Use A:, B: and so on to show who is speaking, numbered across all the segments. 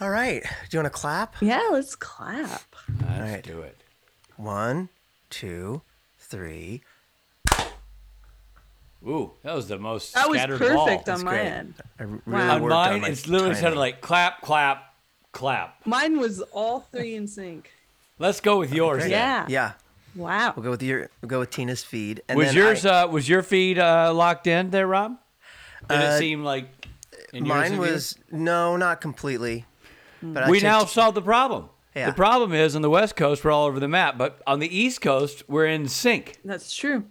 A: All right. Do you want to clap?
B: Yeah, let's clap.
C: Let's
A: right.
C: do it.
A: One, two, three.
C: Ooh, that was the most
B: That was
C: scattered
B: perfect
C: ball.
B: on my
A: great.
B: end.
A: I really
B: Wow.
C: on
A: worked
C: mine,
A: my
C: it's literally
A: timing.
C: sounded like clap, clap, clap.
B: Mine was all three in sync.
C: Let's go with yours.
A: Great.
B: Yeah.
C: then.
A: Yeah.
B: Wow.
A: We'll go with your we'll go with Tina's feed. And
C: Was
A: then
C: yours
A: I-
C: uh, was your feed uh, locked in there, Rob? Did it
A: Uh,
C: seem like in yours
A: mine
C: and
A: was no, not completely. But I
C: yours? We
A: took-
C: now solved the problem.
A: Yeah.
C: The problem is on the West Coast we're all over the map, but on the East Coast we're in sync.
B: That's true.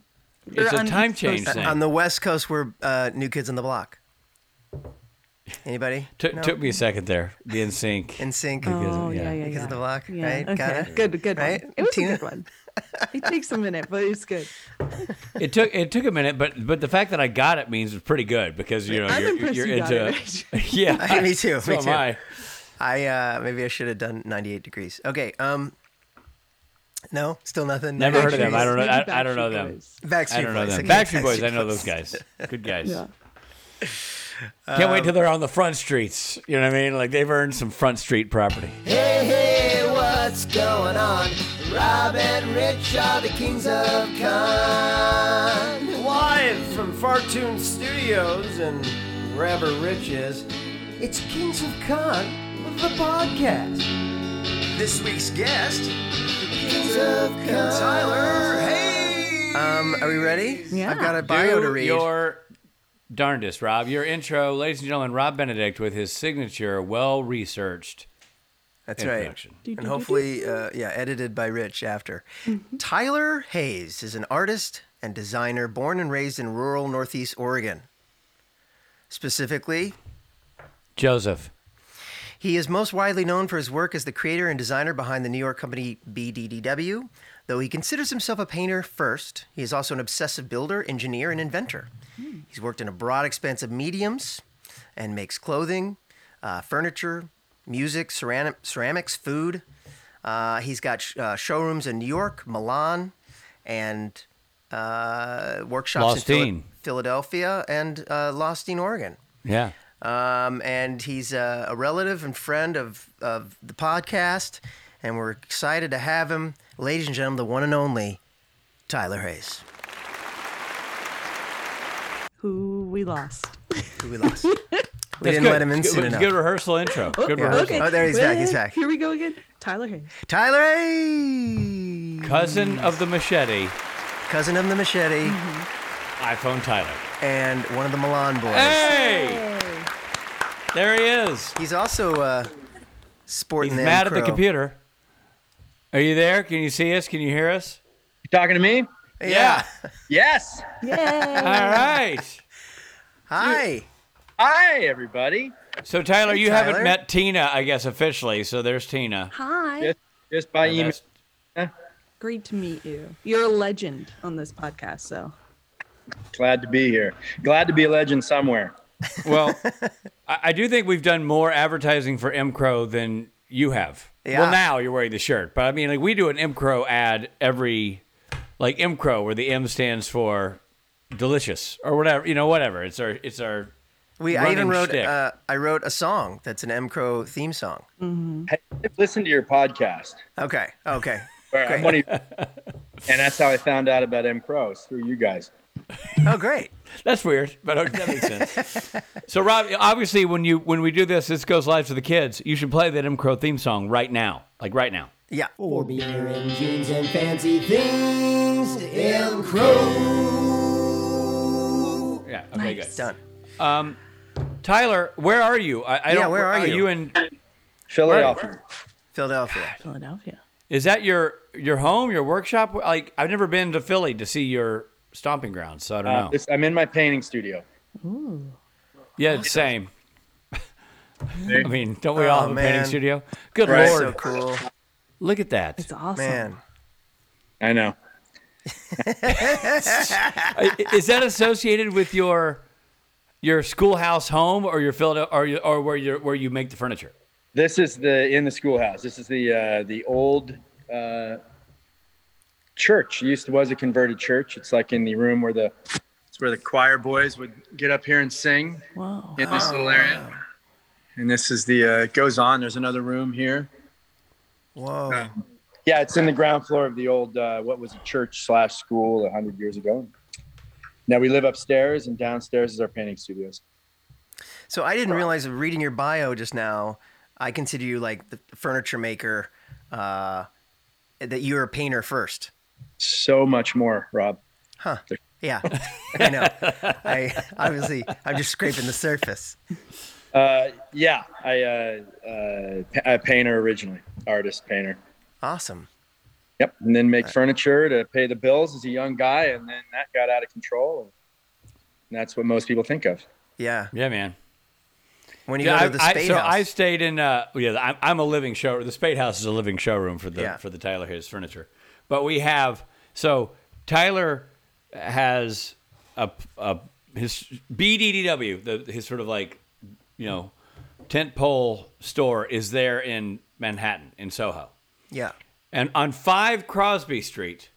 C: It's a time change
A: Uh,
C: thing.
A: on the West Coast we're uh, new kids on the block. Anybody?
C: Took-
A: No?
C: Took me a second there. The in sync.
A: in sync.
B: Oh, yeah, yeah, yeah.
A: Because of the block,
B: Yeah,
A: right?
B: Okay.
A: Got it?
B: Good, good.
A: Right?
B: One. It was
A: Tina?
B: a good one. It takes a minute, but it's good.
C: it took it took a minute, but but the fact that I got it means it's pretty good because you know
B: I'm
C: you're,
B: impressed
C: you're
B: you got
C: into
B: it.
C: yeah.
A: me too,
C: So
A: me
C: am
A: too.
C: I.
A: I uh, maybe I should have done 98 degrees. Okay. Um. No, still nothing.
C: Never heard of
A: them.
C: them. I don't know.
B: Maybe
C: I, I don't know
B: Backstreet
C: them.
B: Boys.
A: Backstreet
C: I don't know
A: Boys.
C: them.
A: Okay,
C: Backstreet Boys. I know
A: Boys.
C: those guys. Good guys.
B: Yeah.
C: Can't wait till they're on the front streets. You know what I mean? Like they've earned some front street property.
D: Hey, hey, what's going on? Rob and Rich are the kings of con.
A: Live from Fartune Studios and wherever Rich is,
D: It's Kings of Con, the podcast.
A: this week's guest,
D: Kings of Con.
A: Tyler. Hey. Um, are we ready?
B: Yeah.
A: I've got a bio
C: Do
A: to read.
C: Your darndest, Rob. Your intro, ladies and gentlemen, Rob Benedict with his signature, well researched
A: That's right.
C: introduction.
A: and hopefully, uh, yeah, edited by Rich after. Tyler Hayes is an artist and designer born and raised in rural Northeast Oregon. Specifically,
C: Joseph.
A: he is most widely known for his work as the creator and designer behind the New York company BDDW. Though he considers himself a painter first, he is also an obsessive builder, engineer, and inventor. He's worked in a broad expanse of mediums and makes clothing, uh, furniture, music, cerami- ceramics, food. Uh, he's got sh- uh, showrooms in New York, Milan, and uh, workshops in
C: Lostine.
A: Phila- Philadelphia and uh, Lostine, Oregon.
C: Yeah.
A: Um, and he's a, a relative and friend of, of the podcast, and we're excited to have him. Ladies and gentlemen, the one and only Tyler Hayes,
B: Who we lost.
A: who we lost. we
C: That's
A: didn't
C: good.
A: let him in
C: It's
A: soon
C: good,
A: enough.
C: good rehearsal intro. Good rehearsal.
B: Okay.
A: Oh, there he's back, he's
B: Well,
A: back.
B: Here we go again. Tyler Hayes.
A: Tyler Hayes,
C: Cousin of the machete,
A: cousin of the machete,
C: iPhone Tyler.
A: and one of the Milan boys.
C: Mm-hmm. Hey! There he is.
A: He's also uh, sporting
C: He's
A: the
C: mad at the
A: Crow.
C: computer. Are you there? Can you see us? Can you hear us?
E: Talking to me?
A: Yeah.
E: Yes.
B: Yay.
C: All right.
A: Hi.
E: Hi, everybody.
C: So Tyler,
A: Hey,
C: you
A: Tyler.
C: haven't met Tina, I guess, officially. So there's Tina.
B: Hi.
E: Just, just by
C: And
E: email.
C: that's-
B: Great to meet you. You're a legend on this podcast, so
E: Glad to be here. Glad to be a legend somewhere.
C: Well, I, I do think we've done more advertising for M Crow than you have.
A: Yeah.
C: Well, now you're wearing the shirt, but I mean, like we do an M Crow ad every, like M Crow, where the M stands for delicious or whatever. You know, whatever. It's our it's our
A: We I
C: Running
A: even wrote
C: shtick.
A: uh, I wrote a song that's an M Crow theme song.
E: Hey, listen to your podcast.
A: Okay. Okay.
E: Where I'm one of you- and that's how I found out about M Crows through you guys.
A: Oh, great.
C: That's weird, but okay, that makes sense. so, Rob, obviously, when you when we do this, this goes live to the kids. You should play that M Crow theme song right now, like right now.
A: Yeah.
D: For beer and jeans and fancy things, M. Crow.
C: Yeah. Okay.
B: Nice.
C: Good.
A: Done.
C: Tyler, where are you? I, I
A: Yeah,
C: don't.
A: where are you?
C: you in?
E: Philadelphia.
A: Philadelphia.
B: Philadelphia.
C: Is that your your home, your workshop? Like, I've never been to Philly to see your stomping grounds, so I don't
E: Uh,
C: know.
E: this- I'm in my painting studio.
C: yeah, same. I mean, don't we
A: Oh,
C: all have a
A: man.
C: painting studio? Good
E: Right.
C: lord,
A: So cool.
C: look at that!
B: It's awesome.
A: Man.
E: I know.
C: I- Is that associated with your your schoolhouse home or your Philadelphia or, your, or where you where you make the furniture?
E: This is the in the schoolhouse. This is the uh, the old uh, church. It used to was a converted church. It's like in the room where the it's where the choir boys would get up here and sing
B: Wow.
E: in this little area. and this is the uh, it goes on. There's another room here.
A: Whoa.
E: Yeah, it's in the ground floor of the old uh, what was a church slash school a hundred years ago. Now we live upstairs, and downstairs is our painting studios.
A: So I didn't realize reading your bio just now. I consider you like the furniture maker. Uh, that you're a painter first.
E: So much more, Rob.
A: Yeah, I know. I obviously I'm just scraping the surface.
E: Uh, yeah, I uh, uh, pa- a painter originally, artist painter.
A: Awesome.
E: Yep, and then make furniture to pay the bills as a young guy, and then that got out of control. And that's what most people think of.
A: Yeah.
C: Yeah, man.
A: When you
C: Yeah,
A: go
C: I,
A: to the
C: I-
A: spade
C: so
A: house.
C: I stayed in. Uh, yeah, I'm, I'm a living show. The Spade House is a living showroom for the
A: Yeah.
C: for the Tyler Hayes furniture. But we have so Tyler has a, a his BDDW, the, his sort of like you know tent pole store is there in Manhattan in Soho
A: yeah.
C: and on five Crosby Street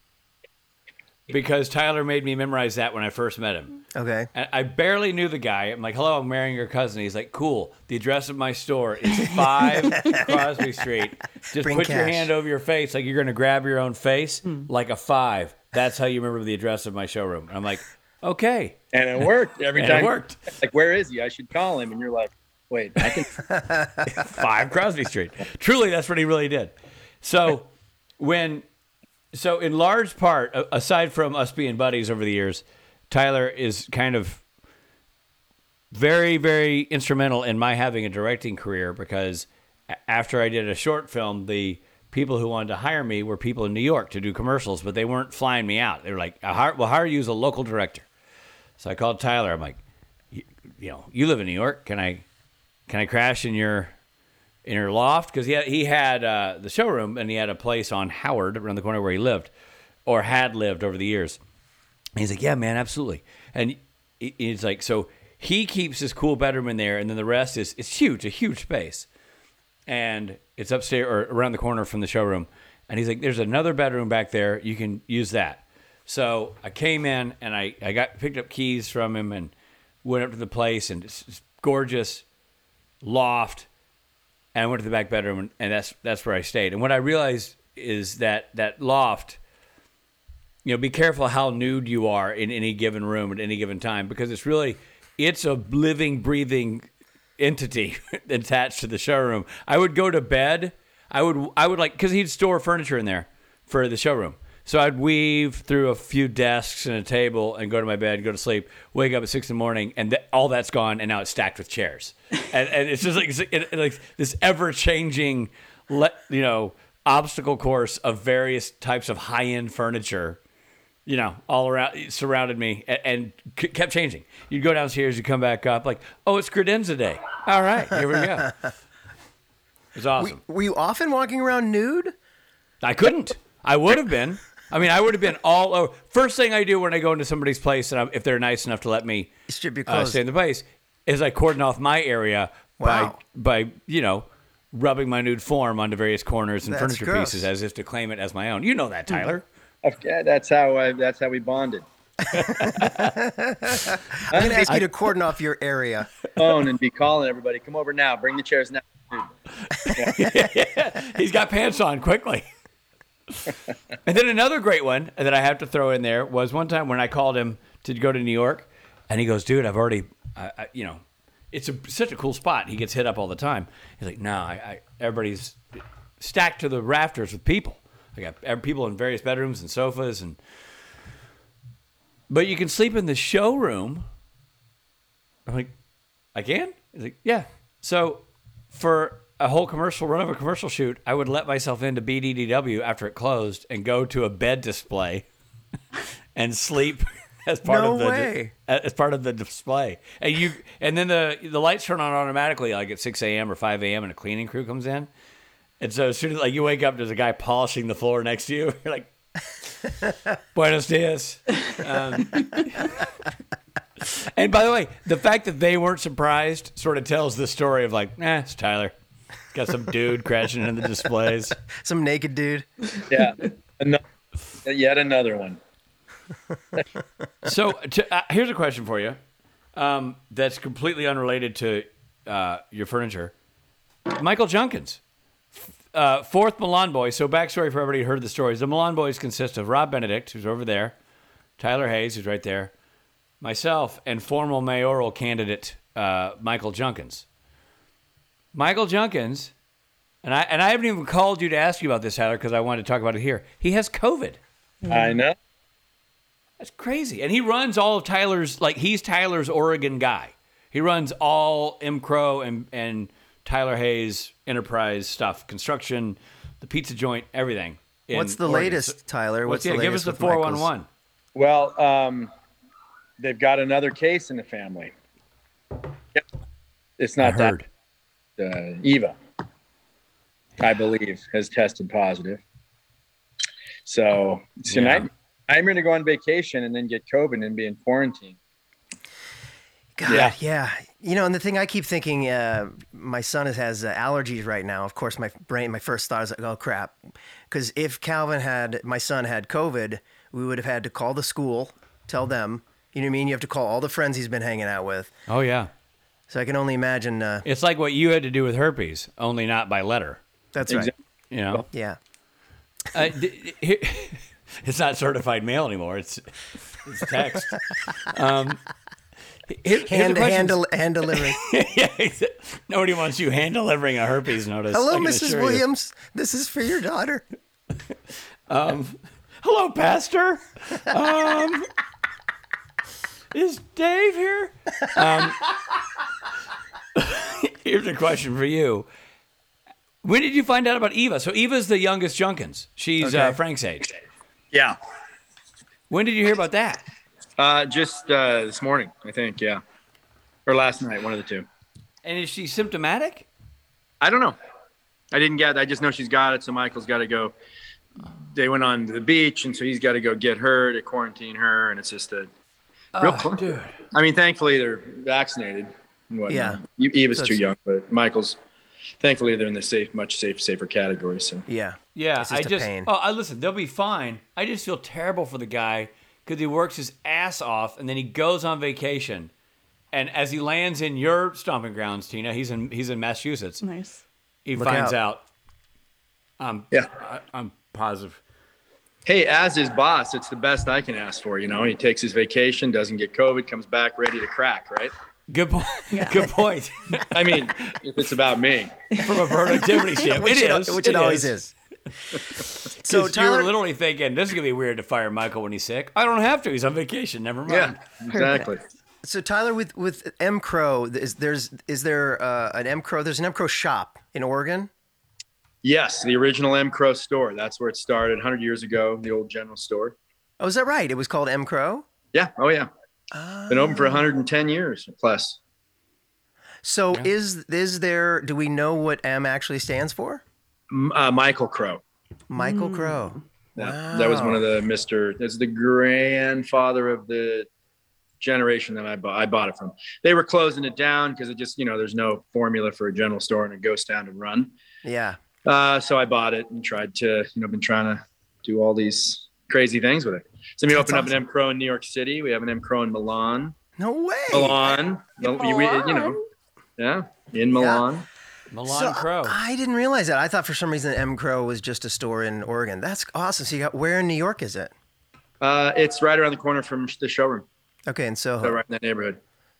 C: because Tyler made me memorize that when I first met him.
A: Okay.
C: And I barely knew the guy. I'm like, hello, I'm marrying your cousin. He's like, cool. The address of my store is 5 Crosby Street. Just
A: Bring
C: put your
A: cash. Hmm.
C: hand over your face like you're going to grab your own face like a five. That's how you remember the address of my showroom. And I'm like, okay.
E: And it worked every
C: And it
E: time.
C: worked.
E: Like, where is he? I should call him. And you're like, wait, I can.
C: five Crosby Street. Truly, that's what he really did. So when, so in large part, a- aside from us being buddies over the years, Tyler is kind of very, very instrumental in my having a directing career because a- after I did a short film, the people who wanted to hire me were people in New York to do commercials, but they weren't flying me out. They were like, "I'll hire- "We'll hire you as a local director." So I called Tyler. I'm like, "You- "You know, you live in New York. Can I, can I crash in your in her loft because he had, he had uh, the showroom and he had a place on Howard around the corner where he lived or had lived over the years. And he's like, yeah, man, absolutely. And he- he's like, so he keeps his cool bedroom in there, and then the rest is it's huge, a huge space, and it's upstairs or around the corner from the showroom. And he's like, there's another bedroom back there. You can use that. So I came in and I, I got picked up keys from him and went up to the place and it's it's gorgeous loft and I went to the back bedroom, and, and that's that's where I stayed. And what I realized is that that loft, you know, be careful how nude you are in any given room at any given time because it's really it's a living, breathing entity attached to the showroom. I would go to bed. I would I would like because he'd store furniture in there for the showroom. So I'd weave through a few desks and a table and go to my bed, go to sleep, wake up at six in the morning, and th- all that's gone, and now it's stacked with chairs, and, and it's just like it's- it- it- like this ever changing, le- you know, obstacle course of various types of high end furniture you know, all around it surrounded me and, and c- kept changing. You'd go downstairs, you come back up, like, oh, it's credenza day. All right, here we go. It was awesome.
A: Were you often walking around nude?
C: I couldn't. I would have been. I mean, I would have been all over. First thing I do when I go into somebody's place, and I'm, if they're nice enough to let me
A: Strip your
C: uh,
A: clothes.
C: stay in the place, is I cordon off my area
A: Wow.
C: by by you know rubbing my nude form onto various corners and
A: That's
C: furniture
A: gross.
C: pieces as if to claim it as my own. You know that, Tyler.
E: Yeah, that's how I. That's how we bonded.
A: I'm going to ask you to cordon off your area.
E: Phone and be calling everybody. Come over now. Bring the chairs now.
C: He's got pants on quickly. and then another great one that I have to throw in there was one time when I called him to go to New York, and he goes, "Dude, I've already, I, I, you know, it's a, such a cool spot. He gets hit up all the time. He's like, no, I, I everybody's stacked to the rafters with people. I got ev- people in various bedrooms and sofas, and but you can sleep in the showroom." I'm like, I can? He's like, yeah. So for a whole commercial run of a commercial shoot, I would let myself into BDDW after it closed and go to a bed display and sleep as part
A: No
C: of the
A: way.
C: as part of the display. And you and then the the lights turn on automatically like at 6 a.m. or 5 a.m. and a cleaning crew comes in. And so as soon as like you wake up, there's a guy polishing the floor next to you. You're like, Buenos dias. And by the way, the fact that they weren't surprised sort of tells the story of like, nah, it's Tyler. Got some dude crashing into the displays.
A: Some naked dude.
E: Yeah, another, yet another one.
C: So to, uh, here's a question for you um, that's completely unrelated to uh, your furniture. Michael Junkins, uh, fourth Milan boy. So backstory for everybody who heard the stories. The Milan boys consist of Rob Benedict, who's over there, Tyler Hayes, who's right there, myself, and former mayoral candidate uh, Michael Junkins. Michael Junkins, and I and I haven't even called you to ask you about this, Tyler, because I wanted to talk about it here. He has COVID.
E: I know.
C: That's crazy. And he runs all of Tyler's like he's Tyler's Oregon guy. He runs all M Crow and and Tyler Hayes enterprise stuff, construction, the pizza joint, everything. in
A: What's the
C: Oregon.
A: latest,
C: So-
A: Tyler? What's
C: yeah,
A: the
C: give us
A: latest
C: the
A: with Michael's?
C: 411.
E: Well, um, they've got another case in the family. Yep. It's
C: I
E: not that.
C: heard.
E: uh, Eva, I believe, has tested positive. So it's a
C: Yeah.
E: nightmare. I'm going to go on vacation and then get COVID and be in quarantine.
A: God, yeah.
C: Yeah.
A: You know, and the thing I keep thinking, uh, my son has, has uh, allergies right now. Of course, my brain, my first thought is like, oh crap, because if Calvin had my son had COVID, we would have had to call the school, tell them. You know what I mean? You have to call all the friends he's been hanging out with.
C: Oh yeah.
A: So I can only imagine. Uh,
C: It's like what you had to do with herpes, only not by letter.
A: that's right.
E: Exactly.
C: You know,
A: Yeah.
C: uh, d- d- it's not certified mail anymore. It's it's text. um, here- here's the
A: Hand hand,
C: questions.
A: del- hand delivery.
C: yeah, he's- nobody wants you hand delivering a herpes notice. I
A: Hello,
C: can
A: Mrs.
C: assure you.
A: Williams. This is for your daughter.
C: Hello, Pastor. Um, is Dave here? Um, here's a question for you. When did you find out about Eva? So Eva's the youngest Junkins. She's uh,
A: Okay.
C: Frank's age.
E: Yeah.
C: When did you hear about that?
E: Uh, just uh, this morning, I think. Yeah. Or last night, one of the two.
C: And is she symptomatic?
E: I don't know. I didn't get. I just know she's got it. So Michael's got to go. They went on to the beach, and so he's got to go get her to quarantine her, and it's just a real.
C: Oh, dude.
E: I mean, thankfully they're vaccinated. And whatnot.
A: Yeah.
E: E- Eva's
A: So
E: too
A: it's-
E: young, but Michael's. Thankfully, they're in the safe, much safe, safer category. So
A: Yeah.
C: Yeah,
A: It's
C: I
A: just a
C: just.
A: pain.
C: Oh, I listen. They'll be fine. I just feel terrible for the guy because he works his ass off and then he goes on vacation, and as he lands in your stomping grounds, Tina, he's in he's in Massachusetts.
B: Nice.
C: He
A: Look
C: finds out.
A: out.
C: I'm
E: Yeah.
C: I, I'm positive.
E: hey, as his boss, it's the best I can ask for. You know, he takes his vacation, doesn't get COVID, comes back ready to crack. Right?
C: Good point. Good point.
E: I mean, if it's about me,
C: From a productivity standpoint,
A: Which
C: it
A: it,
C: is.
A: which it, always is. So
C: 'Cause
A: Tyler,
C: you're literally thinking this is gonna be weird to fire Michael when he's sick. I don't have to. He's on vacation. Never mind.
E: yeah, exactly.
A: So Tyler, with with M Crow, is there's is there uh, an M Crow? There's an M Crow shop in Oregon.
E: Yes, the original M Crow store. That's where it started 100 years ago, the old general store.
A: Oh, is that right? It was called M Crow.
E: Yeah. Oh, yeah. Been open for 110 years plus.
A: So is is there? Do we know what M actually stands for?
E: M- Uh, Michael Crow.
A: Michael Crow.
E: That, that was one of the Mr. That's the grandfather of the generation that I bought. I bought it from. They were closing it down because it just, you know, there's no formula for a general store and it goes down to run.
A: Yeah.
E: Uh, so I bought it and tried to, you know, been trying to do all these crazy things with it. So we
A: That's
E: opened up an
A: awesome.
E: M Crow in New York City. We have an M Crow in Milan.
A: No way.
E: Milan. Well, we- we- You know, yeah, in Milan.
C: Milan
A: So
C: Crow.
A: I didn't realize that. I thought for some reason M Crow was just a store in Oregon. That's awesome. So you got where in New York is it?
E: Uh, it's right around the corner from the showroom,
A: Okay, in Soho.
E: so right in that neighborhood.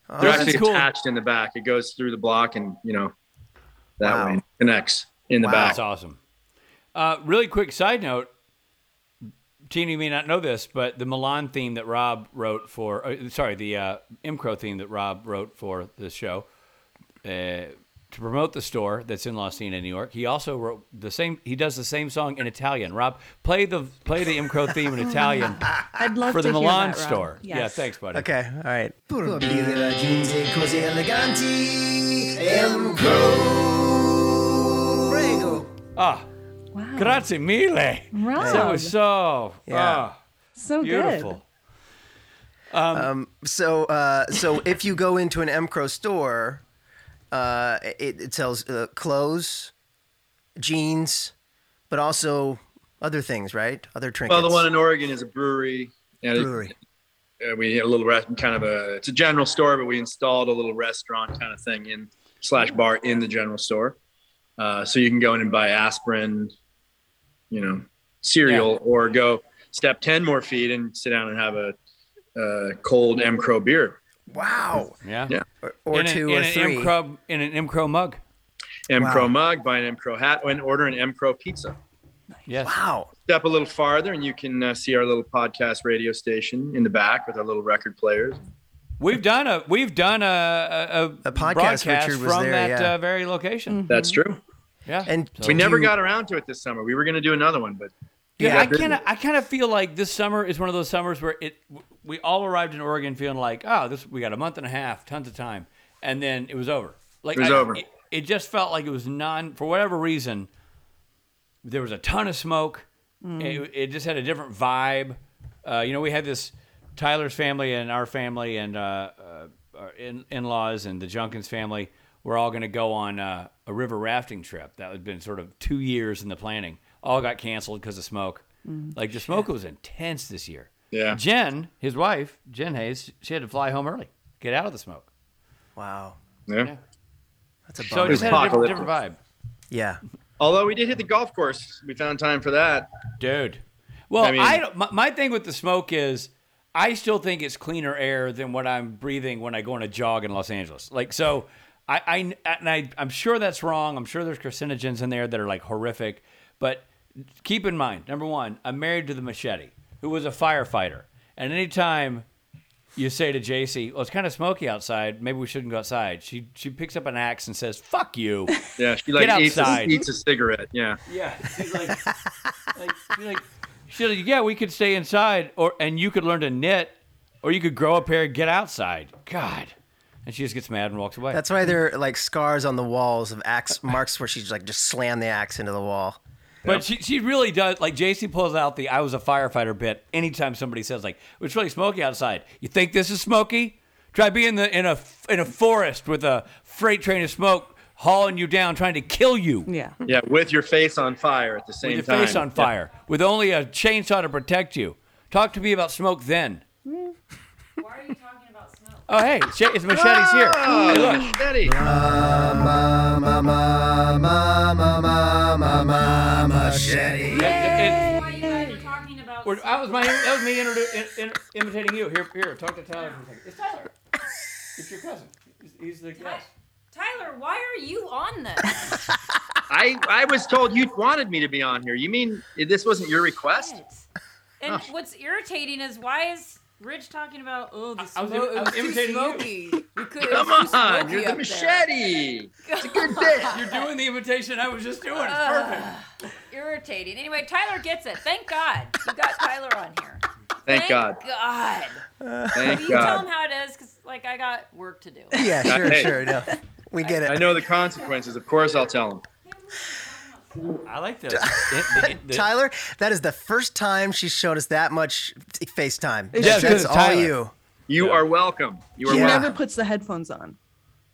A: Oh,
E: They're
A: that's-
E: actually
C: cool.
E: attached in the back. It goes through the block and you know that
A: Wow.
E: way connects in the
A: Wow.
E: back.
C: That's awesome. Uh, really quick side note. Tina, you may not know this, but the Milan theme that Rob wrote for, uh, sorry, the uh, Imcro theme that Rob wrote for the show uh, to promote the store that's in La Cena, New York. He also wrote the same. He does the same song in Italian. Rob, play the play the Imcro theme
B: Oh,
C: in Italian
E: Ah,
B: I'd love
C: for
B: to
C: the
B: hear
C: Milan
B: that, Rob.
C: store. Yeah,
B: Yes.
C: thanks, buddy.
A: Okay. All right.
D: Corbine raggiunte così eleganti M. Crow. Prego.
C: Ah,
B: Wow.
C: grazie mille.
B: Rob.
C: That was so
A: Yeah.
C: ah,
B: so
C: beautiful.
B: Oh, good.
A: So, uh, so if you go into an M Crow store, uh, it, it sells uh, clothes, jeans, but also other things, right? Other trinkets.
E: Well, the one in Oregon is a brewery. And it-
A: brewery.
E: uh, we had a little rest, kind of a. It's a general store, but we installed a little restaurant kind of thing in slash bar in the general store. Uh, so you can go in and buy aspirin, you know, cereal, or go step 10 more feet and sit down and have a uh, cold M. Crow beer.
A: Wow.
C: Yeah.
E: Yeah.
A: Or, or
C: in
A: two
C: an,
A: or
C: in An
A: three.
C: M Crow, in an M Crow mug.
E: M.
A: Wow.
E: Crow mug, buy an M. Crow hat, and order an M. Crow pizza.
C: Yes.
A: Wow.
E: Step a little farther and you can uh, see our little podcast radio station in the back with our little record players.
C: We've done a we've done a a,
A: A podcast,
C: broadcast
A: Richard, was
C: from
A: there,
C: that
A: yeah. Mm.
C: uh, very location.
E: That's true.
C: Yeah.
A: And
E: We
A: did
E: never
A: Mm-hmm. you-
E: got around to it this summer. We were going to do another one, but
C: yeah, I
E: got
C: kind of I kind of feel like this summer is one of those summers where it we all arrived in Oregon feeling like oh this we got a month and a half tons of time and then it was over like
E: It was
C: I-
E: over.
C: it, it just felt like it was non for whatever reason there was a ton of smoke it, it just had a different vibe uh, you know we had this Tyler's family and our family and uh, uh, our in in laws and the Junkins family we're all going to go on uh, a river rafting trip that had been sort of two years in the planning all got canceled because of smoke like the smoke was intense this year
E: Yeah.
C: Jen his wife Jen Hayes she had to fly home early get out of the smoke
A: Wow.
E: yeah.
A: That's a
C: so it
A: bummer.
C: just had a different,
E: apocalyptic.
C: different vibe.
A: yeah.
E: Although we did hit the golf course, we found time for that.
C: dude. Well, I,
E: I mean-
C: don't- my, my thing with the smoke is I still think it's cleaner air than what I'm breathing when I go on a jog in Los Angeles. Like so, I, I and I I'm sure that's wrong. I'm sure there's carcinogens in there that are like horrific. But keep in mind, number one, I'm married to the machete, who was a firefighter, and anytime you say to JC, "Well, it's kind of smoky outside. Maybe we shouldn't go outside." She she picks up an axe and says, "Fuck you."
E: Yeah, she like
C: Get
E: eats a,
C: outside.
E: eats a cigarette. Yeah,
C: Yeah, she's like, like, she's like, she's like, yeah, we could stay inside, or and you could learn to knit, or you could grow a pair and get outside. God, and she just gets mad and walks away.
A: That's why there are like scars on the walls of axe marks where she's like just slammed the axe into the wall.
C: but she she really does like JC pulls out the I was a firefighter bit anytime somebody says like it's really smoky outside. You think this is smoky? Try being the in a in a forest with a freight train of smoke hauling you down, trying to kill you.
B: Yeah.
E: yeah, with your face on fire at the same
C: with your
E: time.
C: face on fire, with only a chainsaw to protect you. Talk to me about smoke then.
F: Why are you talking about snow?
C: Oh, hey, sh- it's Machete's here. Hey, look.
E: Steady.
C: It-
F: Why you guys are talking about
C: it- that was my. That was me introdu- in, in, imitating you. Here, here. Talk to Tyler for a second. It's Tyler. It's your cousin. He's, he's the guest.
F: Tyler, why are you on this?
E: I I was told you wanted me to be on here. You mean this wasn't your request?
F: and what's irritating is why is Ridge talking about oh the
C: I was
F: smoke?
C: im- I was
F: it was too
C: imitating you.
F: smoky. We could.
E: Come
F: it was too
E: on,
F: smoky
E: you're the
F: up
E: machete.
F: There.
C: You're doing the imitation I was just doing. It's perfect.
F: Irritating. Anyway, Tyler gets it. Thank God you got Tyler on here.
E: Thank God.
F: God.
E: Thank
F: you tell him
E: God.
F: how it is? Because like I got work to do.
A: Yeah, sure,
E: Hey.
A: sure. No. We get
E: I
A: it.
E: know the consequences. Of course, I'll tell him.
C: I like this. It- it- the-
A: Tyler, that is the first time she's shown us that much FaceTime.
B: Yes, 'cause
A: that's
C: it's
A: all
C: Tyler.
A: you.
E: You
C: Yeah.
E: are welcome. You are
B: She
A: Yeah.
B: never
E: welcome.
B: puts the headphones on.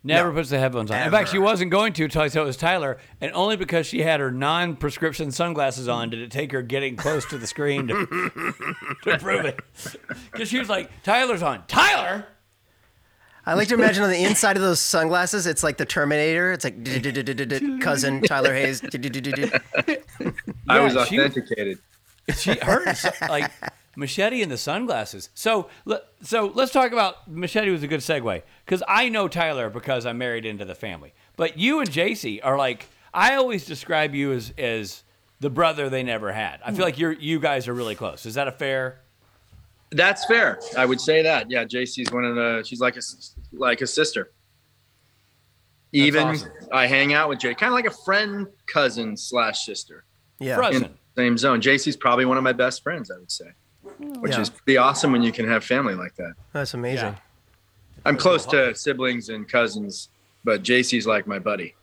C: Never puts the headphones on. In fact,
A: Ever.
C: she wasn't going to until I said it was Tyler, and only because she had her non-prescription sunglasses on did it take her getting close to the screen to, to prove it. Because she was like, "Tyler's on." Tyler.
A: I like to imagine on the inside of those sunglasses, it's like the Terminator. It's like "D-d-d-d-d-d-d, cousin Tyler Hayes. "D-d-d-d-d-d."
E: I was
C: Yeah, she-
E: authenticated.
C: she her and so- like machete and the sunglasses. So le- so let's talk about machete was a good segue because I know Tyler because I'm married into the family. But you and JC are like I always describe you as as the brother they never had. I feel like you're you guys are really close. Is that a fair?
E: That's fair. I would say that. Yeah, JC's one of the. She's like a s- like a sister. Even
C: awesome.
E: I hang out with J, kind of like a friend, cousin slash sister.
A: Yeah.
C: Frozen.
E: In the same zone. JC's probably one of my best friends. I would say, which
A: Yeah.
E: is pretty awesome when you can have family like that.
A: That's amazing.
E: I'm close to siblings and cousins, but JC's like my buddy.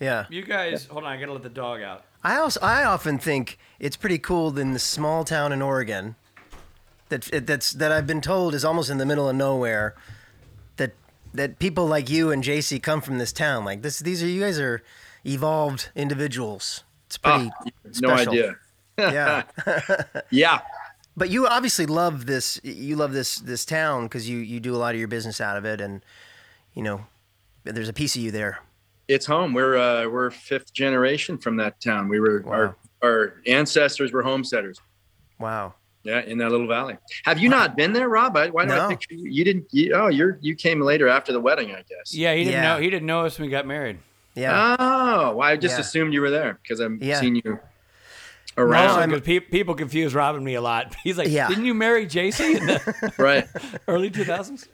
A: Yeah.
C: You guys, hold on. I gotta let the dog out.
A: I also I often think it's pretty cool that in the small town in Oregon that it- that's that I've been told is almost in the middle of nowhere that that people like you and JC come from this town. Like this these are you guys are evolved individuals. It's pretty
E: Ah, No
A: special.
E: idea.
A: yeah.
E: Yeah,
A: But you obviously love this you love this this town cuz you you do a lot of your business out of it and you know there's a piece of you there.
E: it's home. We're uh, we're fifth generation from that town. We were our our ancestors were homesteaders.
A: Wow.
E: Yeah, in that little valley. Have you not been there, Rob? I, why not?
A: No.
E: Picture you? you didn't. You, oh, you're you came later after the wedding, I guess.
C: Yeah, he didn't
A: Yeah.
C: know. He didn't know us when we got married.
A: Yeah.
E: Oh, well, I just
A: Yeah.
E: assumed you were there because I'm
A: Yeah.
E: seeing you
C: Also,
E: around.
C: 'cause pe- people confuse Rob and me a lot. He's like,
A: Yeah.
C: "Didn't you marry JC in the
E: right.
C: early 2000s?"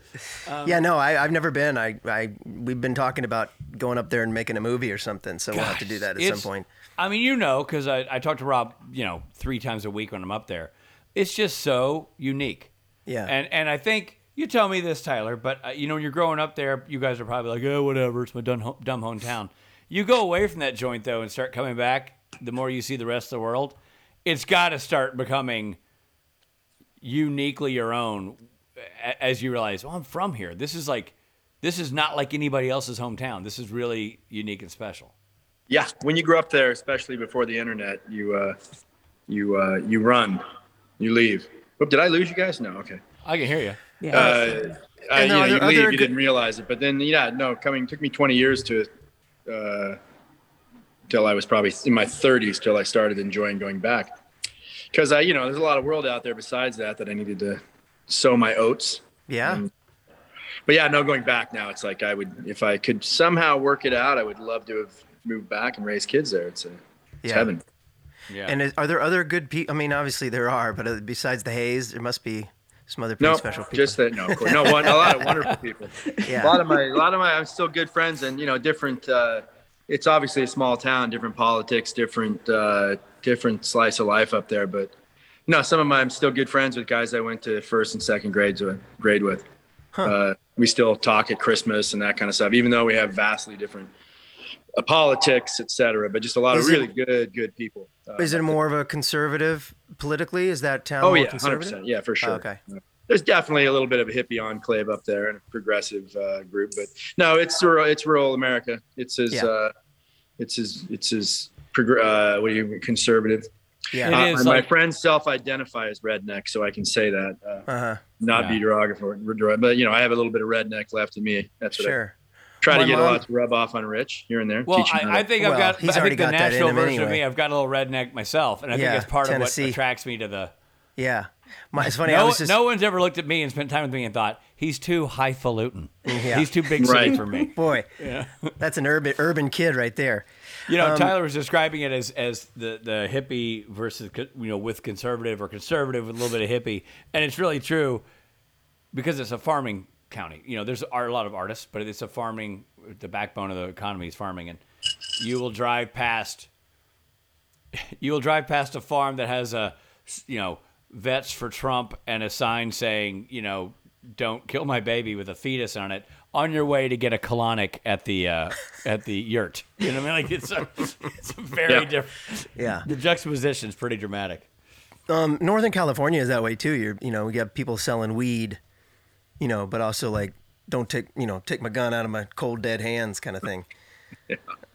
E: Uh,
A: yeah. No, I, I've never been. I, I, we've been talking about going up there and making a movie or something. So we'll have to do that at some
C: It's-
A: point.
C: I mean, you know, because I, I talk to Rob, you know, three times a week when I'm up there. It's just so unique.
A: Yeah.
C: And and I think you tell me this, Tyler, but uh, you know, when you're growing up there, you guys are probably like, oh, whatever, it's my dumb, ho- dumb hometown. You go away from that joint though and start coming back. The more you see the rest of the world, it's got to start becoming uniquely your own. a- As you realize, well, I'm from here. This is like, this is not like anybody else's hometown. This is really unique and special.
E: Yeah, when you grew up there, especially before the internet, you uh, you uh, you run, you leave. Oop, did I lose you guys? No, okay.
C: I can hear you.
B: Yeah.
E: Uh, uh, you,
A: And there
E: know,
A: are
E: you
A: other-
E: leave,
A: other
E: you didn't realize it, but then yeah, no, coming took me 20 years to, uh, till I was probably in my 30s till I started enjoying going back, because I, you know, there's a lot of world out there besides that that I needed to sow my oats.
A: Yeah.
E: Mm, But yeah, no, going back now, it's like I would, if I could somehow work it out, I would love to have moved back and raised kids there. It's, a, it's
A: Yeah.
E: heaven.
C: Yeah.
A: And is, are there other good people? I mean, obviously there are, but uh, besides the Hayes, there must be some other pretty
E: No,
A: special people.
E: just that. No, of course, no one. A lot of wonderful people.
A: Yeah.
E: A lot of my, a lot of my, I'm still good friends, and you know, different. Uh, it's obviously a small town, different politics, different, uh, different slice of life up there. But no, some of my, I'm still good friends with guys I went to first and second grades with, grade with. Uh, we still talk at Christmas and that kind of stuff, even though we have vastly different uh, politics, et cetera. But just a lot
A: Is
E: of
A: it-
E: really good, good people. Uh,
A: Is it more of a conservative politically? Is that town?
E: Oh
A: more
E: yeah, hundred
A: conservative?
E: percent. Yeah, for sure.
A: okay.
E: There's definitely a little bit of a hippie enclave up there and a progressive uh, group, but no, it's rural. It's rural America. It's as
A: Yeah.
E: uh, it's as it's as progr- uh, what do you conservative?
A: Yeah.
C: It
E: Uh,
C: is
E: my
C: like-
E: friends self-identify as redneck, so I can say that, uh,
A: Uh-huh.
E: not be
C: Yeah.
E: derogatory, derog- but you know, I have a little bit of redneck left in me. That's what
A: Sure.
E: I try
A: My
E: to get
A: mom-
E: a lot to rub off on Rich here and there.
C: Well,
E: teach him how to-
C: I, I think I've
A: Well,
C: got.
A: he's
C: I
A: already
C: think the
A: got that in
C: Nashville
A: him
C: version of
A: anyway.
C: me. I've got a little redneck myself, and I
A: Yeah,
C: think that's part of
A: Tennessee.
C: what attracts me to the.
A: Yeah. My, it's funny. I
C: No,
A: was just,
C: no one's ever looked at me and spent time with me and thought he's too highfalutin.
A: Yeah.
C: He's too big city
E: Right.
C: for me.
A: boy, that's an urban urban kid right there.
C: You
A: Um,
C: know, Tyler was describing it as as the the hippie versus co- you know with conservative or conservative with a little bit of hippie, and it's really true because it's a farming county. You know, there's are a lot of artists, but it's a farming. The backbone of the economy is farming, and you will drive past. You will drive past a farm that has a you know vets for Trump and a sign saying you know don't kill my baby with a fetus on it on your way to get a colonic at the uh, at the yurt. You know what I mean? Like it's a, it's a very
E: Yeah.
C: different.
A: Yeah.
C: The juxtaposition is pretty dramatic.
A: Um, Northern California is that way too. You're, you know, you have people selling weed, you know, but also like, don't take, you know, take my gun out of my cold dead hands kind of thing.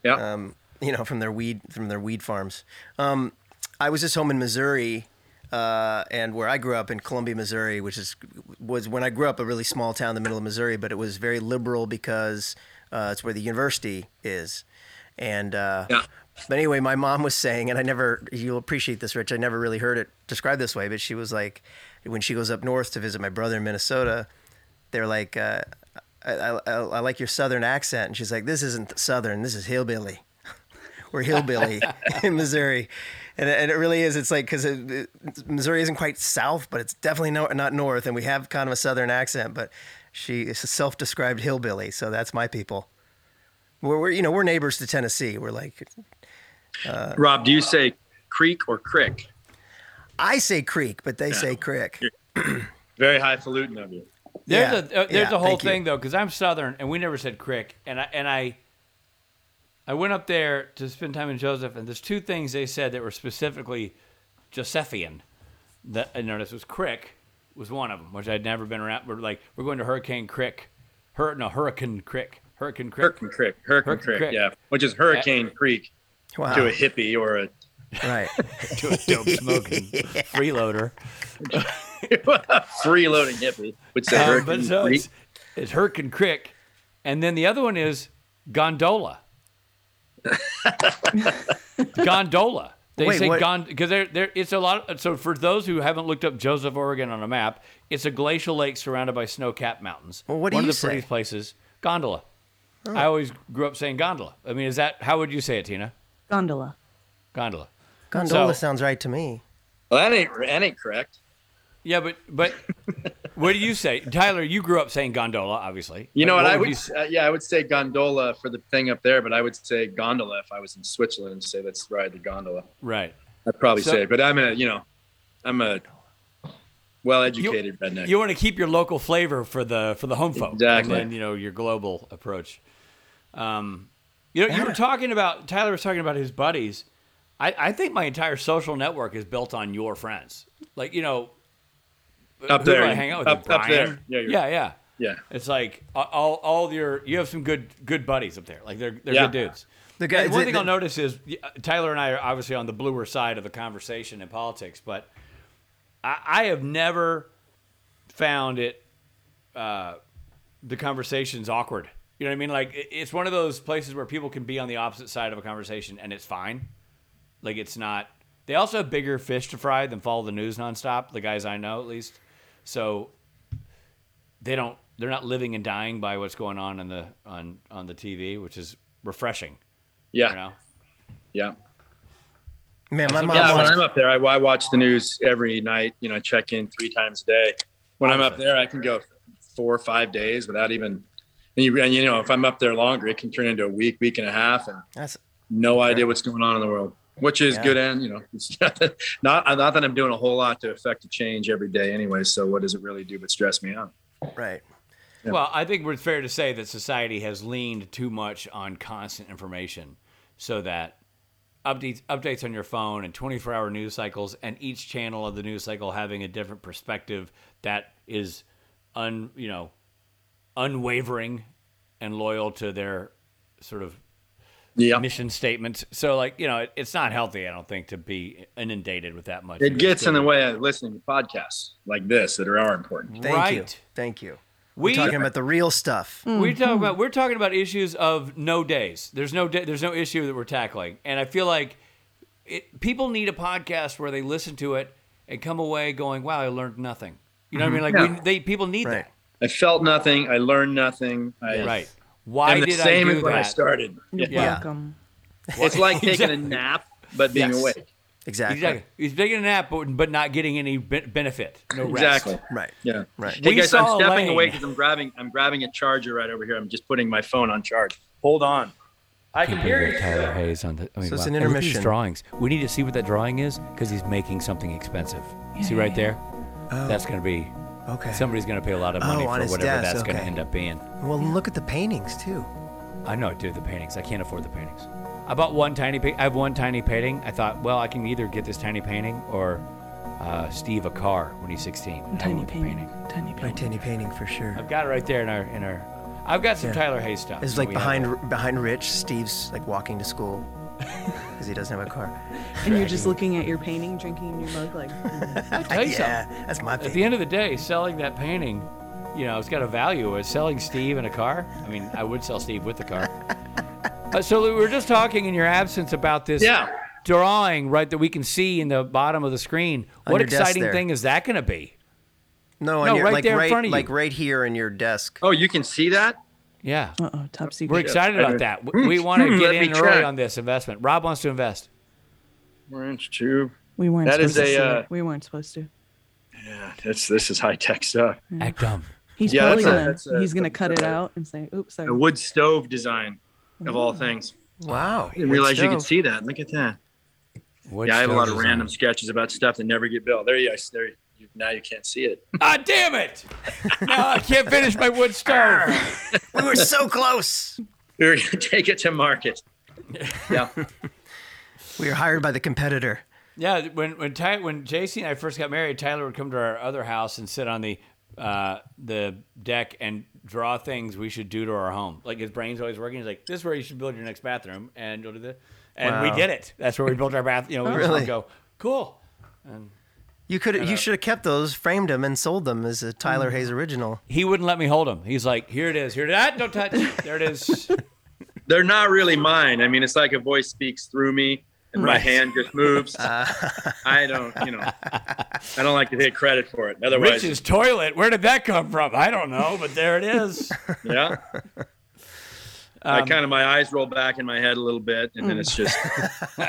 E: yeah.
A: you know, from their weed from their weed farms. Um, I was just home in Missouri, uh, and where I grew up in Columbia, Missouri, which is was when I grew up a really small town in the middle of Missouri, but it was very liberal because uh, it's where the university is, and uh,
E: Yeah.
A: but anyway, my mom was saying, and I never, you'll appreciate this, Rich. I never really heard it described this way, but she was like, when she goes up north to visit my brother in Minnesota, they're like, uh, I, I, I I like your southern accent. And she's like, this isn't southern, this is hillbilly. We're hillbilly in Missouri. And, it- and it really is. It's like, because it, it- Missouri isn't quite south, but it's definitely no, not north. And we have kind of a southern accent, but she is a self described hillbilly. So that's my people. We're, we're, you know, we're neighbors to Tennessee. We're like,
E: Rob, do you say creek or crick?
A: I say creek, but they say crick.
E: Very highfalutin of you.
C: There's
A: Yeah.
C: a uh, there's
A: Yeah,
C: a whole
A: thank you.
C: thing though, though, because I'm Southern and we never said crick, and I and I I went up there to spend time in Joseph, and there's two things they said that were specifically Josephian. That I noticed was crick was one of them, which I'd never been around. We're like we're going to Hurricane Crick, Hur- no Hurricane Crick, Hurricane Crick.
E: Hurricane Creek, Hurricane,
C: Hurricane
E: Creek,
C: Creek.
E: yeah, which is Hurricane Creek
A: Wow.
E: to a hippie or a
A: Right.
C: to a dope smoking freeloader.
E: freeloading hippie would say
C: Um,
E: Hurricane
C: but so
E: Creek.
C: it's, it's Hurricane Crick, and then the other one is Gondola, Gondola. They
A: Wait,
C: say
A: what-
C: gond because there there it's a lot. so for those who haven't looked up Joseph, Oregon on a map, it's a glacial lake surrounded by snow-capped mountains.
A: Well, what do
C: One
A: you
C: of the
A: say? Oh.
C: prettiest places, gondola. I always grew up saying gondola. I mean, is that how would you say it, Tina?
B: Gondola.
C: Gondola.
A: Gondola
C: So-
A: sounds right to me.
E: Well, that ain't that ain't correct.
C: Yeah, but but what do you say, Tyler? You grew up saying gondola, obviously.
E: You know
C: Like,
E: what? I
C: you
E: would
C: s-
E: uh, yeah, I would say gondola for the thing up there, but I would say gondola if I was in Switzerland and say let's ride the gondola.
C: right.
E: I'd probably
C: So-
E: say, it, but I'm a you know, I'm a
C: You,
E: well-educated redneck.
C: you want to keep your local flavor for the for the home folk,
E: Exactly.
C: and then you know your global approach. Um, you know, you were talking about Tyler was talking about his buddies. I, I think my entire social network is built on your friends. Like you know,
E: up
C: who
E: there,
C: do I hang out with?
E: up,
C: Brian?
E: up there. Yeah, you're,
C: yeah, yeah.
E: yeah.
C: It's like all all your you have some good good buddies up there. Like they're they're
E: Yeah.
C: good dudes.
A: The guy-
C: And one
A: the-
C: thing
A: the-
C: I'll notice is uh, Tyler and I are obviously on the bluer side of the conversation in politics, but I, I have never found it uh, the conversation's awkward. You know what I mean? Like it- it's one of those places where people can be on the opposite side of a conversation and it's fine. Like it's not. They also have bigger fish to fry than follow the news nonstop. The guys I know, at least, so they don't. They're not living and dying by what's going on in the on on the TV, which is refreshing.
E: Yeah.
C: You know.
E: Yeah.
A: Man, my mom
E: Yeah. When
A: wants-
E: I'm up there, I, I watch the news every night. You know, I check in three times a day. When I'm up there, I can go four or five days without even. And you, and you know, if I'm up there longer, it can turn into a week, week and a half, and
A: That's
E: no idea what's going on in the world, which is
A: Yeah.
E: good. And you know, it's not, not not that I'm doing a whole lot to affect a change every day, anyway. So what does it really do but stress me out?
A: right.
C: Well, I think it's fair to say that society has leaned too much on constant information, so that updates updates on your phone and 24 hour news cycles, and each channel of the news cycle having a different perspective that is un you know unwavering and loyal to their sort of
E: Yeah.
C: mission statement. So like you know, it, it's not healthy. I don't think to be inundated with that much.
E: It gets in the way of listening to podcasts like this that are
C: Mm-hmm.
E: important.
A: Thank you.
C: Right.
A: Thank you.
C: We
A: We're talking about the real stuff.
C: We're talking
A: hmm.
C: about we're talking about issues of no days. There's no day, there's no issue that we're tackling, and I feel like it, people need a podcast where they listen to it and come away going, "Wow, I learned nothing." You know what I mean? Like we, they people need
A: Mm-hmm. Right.
E: I felt nothing. I learned nothing. I
C: that, right?
E: I'm
C: Why
E: the
C: did I
E: same
C: do
E: as when I
C: that?
E: started.
C: Yeah.
B: Welcome.
E: It's like taking
C: Exactly.
E: a nap but being
C: Yes.
E: awake.
A: Exactly.
C: Exactly. He's taking a nap, but, but not getting any be- benefit. No rest.
E: Exactly.
A: Right.
E: Yeah.
A: Right.
E: Hey
C: We
E: guys,
C: saw
E: I'm stepping
C: Elaine.
E: away because I'm grabbing. I'm grabbing a charger right over here. I'm just putting my phone on charge. Hold on. I can hear you.
C: Tyler Hayes on the. I mean,
A: So it's
C: wow.
A: an
C: And look at these
A: intermission.
C: drawings. We need to see what that drawing is because he's making something expensive. see right there?
A: Oh.
C: That's going to be.
A: Okay.
C: Somebody's going to pay a lot of
A: Oh,
C: money
A: on
C: for
A: his
C: whatever
A: desk,
C: that's going to
A: okay.
C: end up being.
A: Well, look at the paintings too.
C: I know, dude. The paintings. I can't afford the paintings. I bought one tiny. Pa- I have one tiny painting. I thought, well, I can either get this tiny painting or uh, Steve a car when he's 16. I
B: Tiny
C: want the
B: painting. Tiny
A: My
B: painting.
A: tiny painting for sure.
C: I've got it right there in our in our. I've got some Tyler Hayes stuff.
A: It's
C: that
A: like
C: we have.
A: behind behind Rich. Steve's like walking to school because he doesn't have a car.
B: And you're just looking at your painting, drinking in your mug, like,
C: I'll tell you something.
A: yeah, that's my
C: At the
A: thing.
C: end of the day, selling that painting, you know, it's got a value. Is selling Steve in a car? I mean, I would sell Steve with the car. Uh, so we were just talking in your absence about this
E: Yeah.
C: drawing, right, that we can see in the bottom of the screen. what
A: your desk
C: exciting
A: there.
C: thing is that going to be?
A: No, on
C: No,
A: your,
C: right
A: like
C: there in
A: right,
C: front of you.
A: like right here in your desk.
E: Oh, you can see that.
C: Yeah.
B: uh oh, top secret.
C: We're excited
E: I
C: about
E: do.
C: that. W- We want to
E: Hmm,
C: get
E: let me
C: in early
E: check.
C: on this investment. Rob wants to invest.
E: Orange tube.
B: We weren't
E: That is
B: supposed to.
E: a,
B: see
E: uh,
B: it. We weren't supposed to.
E: Yeah, this this is high tech stuff.
A: Hmm.
C: Act dumb.
B: He's
E: yeah,
B: probably
E: that's a-
B: gonna.
E: that's a-
B: he's gonna cut it
E: that's a-
B: out and say, "Oops, sorry."
E: A wood stove design, of all things.
A: Wow.
E: I didn't realize you could see that. Look at that.
C: What's
E: Yeah, I have a lot of
C: Joe's
E: random
C: on?
E: sketches about stuff that never get built. There you go. There you- you, now you can't see it.
C: Ah, damn it! No, I can't finish my wood stove.
A: We were so close.
E: We were gonna take it to market. Yeah.
A: We were hired by the competitor.
C: Yeah, when when Ty, when JC and I first got married, Tyler would come to our other house and sit on the uh, the deck and draw things we should do to our home. Like his brain's always working. He's like, "This is where you should build your next bathroom," and you'll do this. And we
A: Wow.
C: did it. That's where we built our bath. You know, we just
A: Really?
C: go cool.
A: You could you should have kept those, framed them, and sold them as a Tyler Hayes original.
C: He wouldn't let me hold him. He's like, "Here it is. Here it is. Ah, don't touch. There it is."
E: they're not really mine. I mean, it's like a voice speaks through me and my
C: Right.
E: hand just moves.
A: Uh.
E: I don't, you know, I don't like to take credit for it. Otherwise,
C: Rich's toilet. Where did that come from? I don't know, but there it is.
E: yeah. I
A: Um,
E: kind of my eyes roll back in my head a little bit, and then
A: Mm.
E: it's just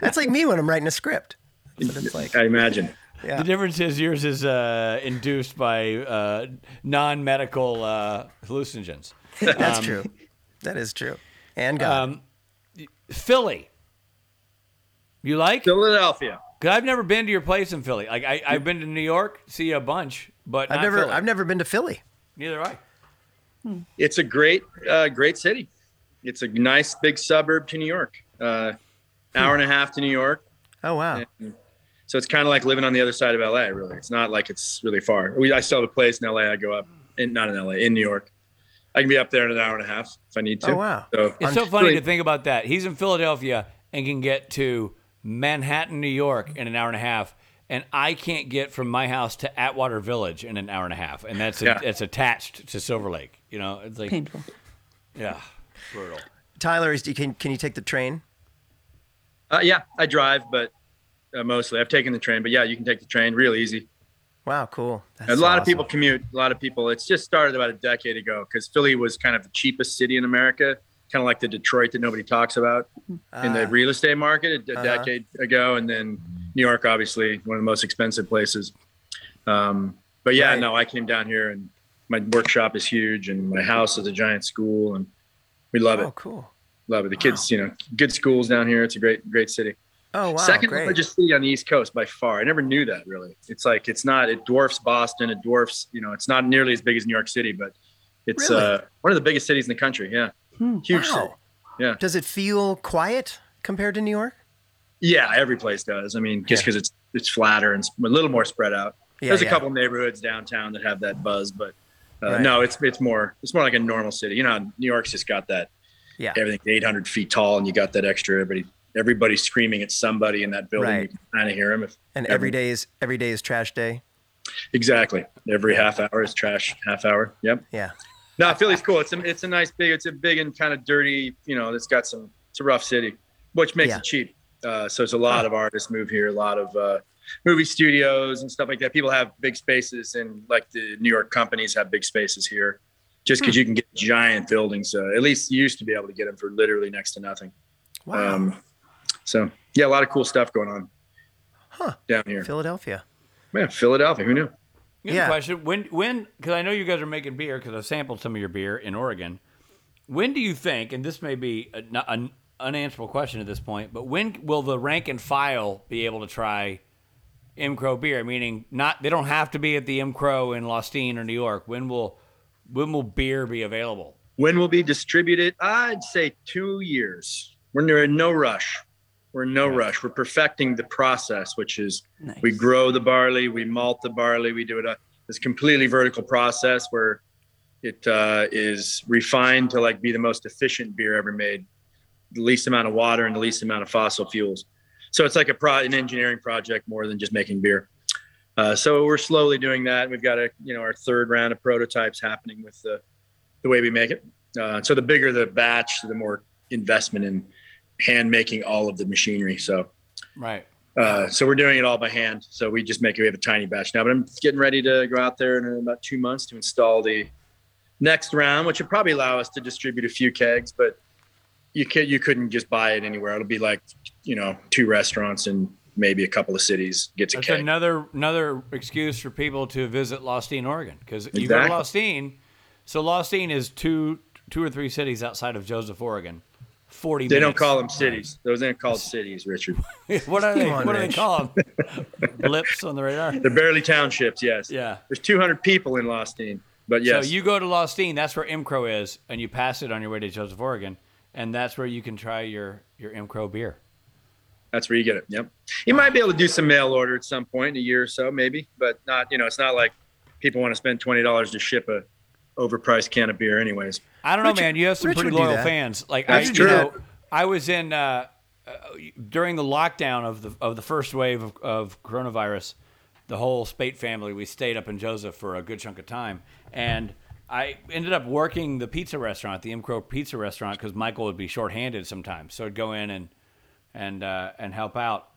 A: That's like me when I'm writing a script. That's what it's like.
E: I imagine.
C: The difference is yours is uh, induced by uh, non-medical uh, hallucinogens.
A: That's true. That is true. And uh, God.
C: um, Philly. You like?
E: Philadelphia.
C: 'Cause I've never been to your place in Philly. Like I, I've been to New York, see you a bunch, but
A: I've
C: not
A: never
C: Philly.
A: I've never been to Philly.
C: Neither have I.
E: It's a great, uh, great city. It's a nice big suburb to New York. Uh, hour and a half to New York.
A: Oh wow.
E: So it's kind of like living on the other side of LA, really. It's not like it's really far. We, I still have a place in LA. I go up, in, not in LA, in New York. I can be up there in an hour and a half if I need to.
A: Oh, wow.
E: So
C: It's
E: I'm
C: so funny
E: really-
C: to think about that. He's in Philadelphia and can get to Manhattan, New York in an hour and a half, and I can't get from my house to Atwater Village in an hour and a half, and that's a,
E: Yeah.
C: that's attached to Silver Lake. You know, it's like
B: Painful.
C: yeah, brutal.
A: Tyler, is, can can you take the train?
E: Uh, yeah, I drive, but uh, mostly I've taken the train. But yeah, you can take the train real easy.
A: Wow, cool.
E: a
A: That's
E: lot of
A: awesome.
E: people commute. A lot of people. It's just started about a decade ago because Philly was kind of the cheapest city in America, kind of like the Detroit that nobody talks about in
A: Ah.
E: the real estate market
A: Uh-huh.
E: a, a decade ago, and then New York, obviously one of the most expensive places. Um, but yeah,
A: Right.
E: no, I came down here and my workshop is huge, and my house is a giant school, and we love
A: Oh,
E: it.
A: cool.
E: Love it. The kids, you know, good schools down here. It's a great, great city.
A: Oh wow.
E: Second
A: great.
E: largest city on the East Coast by far. I never knew that really. It's like it's not. It dwarfs Boston. It dwarfs. You know, it's not nearly as big as New York City, but it's
A: Really? Hmm.
E: uh, one of the biggest cities in the country. Yeah, huge.
A: Wow.
E: City. Yeah.
A: Does it feel quiet compared to New York?
E: Yeah, every place does. I mean, just
A: Yeah.
E: because it's it's flatter and s- a little more spread out.
A: Yeah,
E: There's a
A: yeah.
E: couple neighborhoods downtown that have that buzz, but uh,
A: Right.
E: no, it's it's more it's more like a normal city. You know, how New York's just got that
A: Yeah.
E: everything's 800 feet tall, and you got that extra everybody everybody screaming at somebody in that building.
A: Right.
E: You can kind of hear them. If
A: And
E: every
A: every day is every day is trash day.
E: Exactly. Every half hour is trash. Half hour. Yep.
A: Yeah.
E: No, Philly's cool. It's a it's a nice big. It's a big and kind of dirty. You know, it's got some. It's a rough city, which makes
A: Yeah.
E: it cheap. Uh, so it's a lot of artists move here. A lot of uh, movie studios and stuff like that. People have big spaces, and like the New York companies have big spaces here, just
A: Hmm.
E: because you can get giant buildings. Uh, at least you used to be able to get them for literally next to nothing.
A: Wow.
E: Um, so yeah, a lot of cool stuff going on.
A: Huh.
E: Down here.
A: Philadelphia.
E: yeah, Philadelphia. Who knew?
C: Good
A: Yeah.
C: question. When when because I know you guys are making beer because I've sampled some of your beer in Oregon. When do you think? And this may be a, not- an unanswerable question at this point, but when will the rank and file be able to try M Crow beer? Meaning, not they don't have to be at the M Crow in Lostine or New York. When will when will beer be available?
E: When will be distributed? I'd say two years. We're near- in no rush. We're in no rush. We're perfecting the process, which is
B: Nice.
E: we grow the barley, we malt the barley, we do it. uh, It's completely vertical process where it uh, is refined to like be the most efficient beer ever made, the least amount of water and the least amount of fossil fuels. So it's like a pro- an engineering project more than just making beer. Uh, so we're slowly doing that. We've got a you know our third round of prototypes happening with the the way we make it. Uh, so the bigger the batch, the more investment in hand making all of the machinery. So
C: Right.
E: uh, so we're doing it all by hand. So we just make it. We have a tiny batch now, but I'm getting ready to go out there in about two months to install the next round, which would probably allow us to distribute a few kegs. But you could you couldn't just buy it anywhere. It'll be like you know two restaurants and maybe a couple of cities gets a
C: That's
E: keg.
C: another another excuse for people to visit Lostine, Oregon, because you go to
E: Exactly.
C: Lostine. So Lostine is two two or three cities outside of Joseph, Oregon. Forty.
E: they don't
C: minutes.
E: call them cities. Those aren't called cities, Richard.
C: what are they?
A: on,
C: what do they
A: Rich.
C: call them? Blips on the radar.
E: They're barely townships. Yes.
C: Yeah.
E: There's 200 people in Lostine, but yes.
C: So you go to Lostine. That's where MCRO is, and you pass it on your way to Joseph, Oregon, and that's where you can try your your MCRO beer.
E: That's where you get it. Yep. You might be able to do some mail order at some point in a year or so, maybe, but not, you know, it's not like people want to spend $20 to ship a overpriced can of beer anyways.
C: I don't know,
A: Rich-
C: man. You have some
A: Rich
C: pretty
A: would do
C: loyal
A: that.
C: fans. Like
E: That's
C: I,
E: true.
C: You know, I was in uh, uh, during the lockdown of the of the first wave of, of coronavirus. The whole Spate family we stayed up in Joseph for a good chunk of time, and I ended up working the pizza restaurant, the M Crow Pizza restaurant, because Michael would be shorthanded sometimes, so I'd go in and and uh, and help out.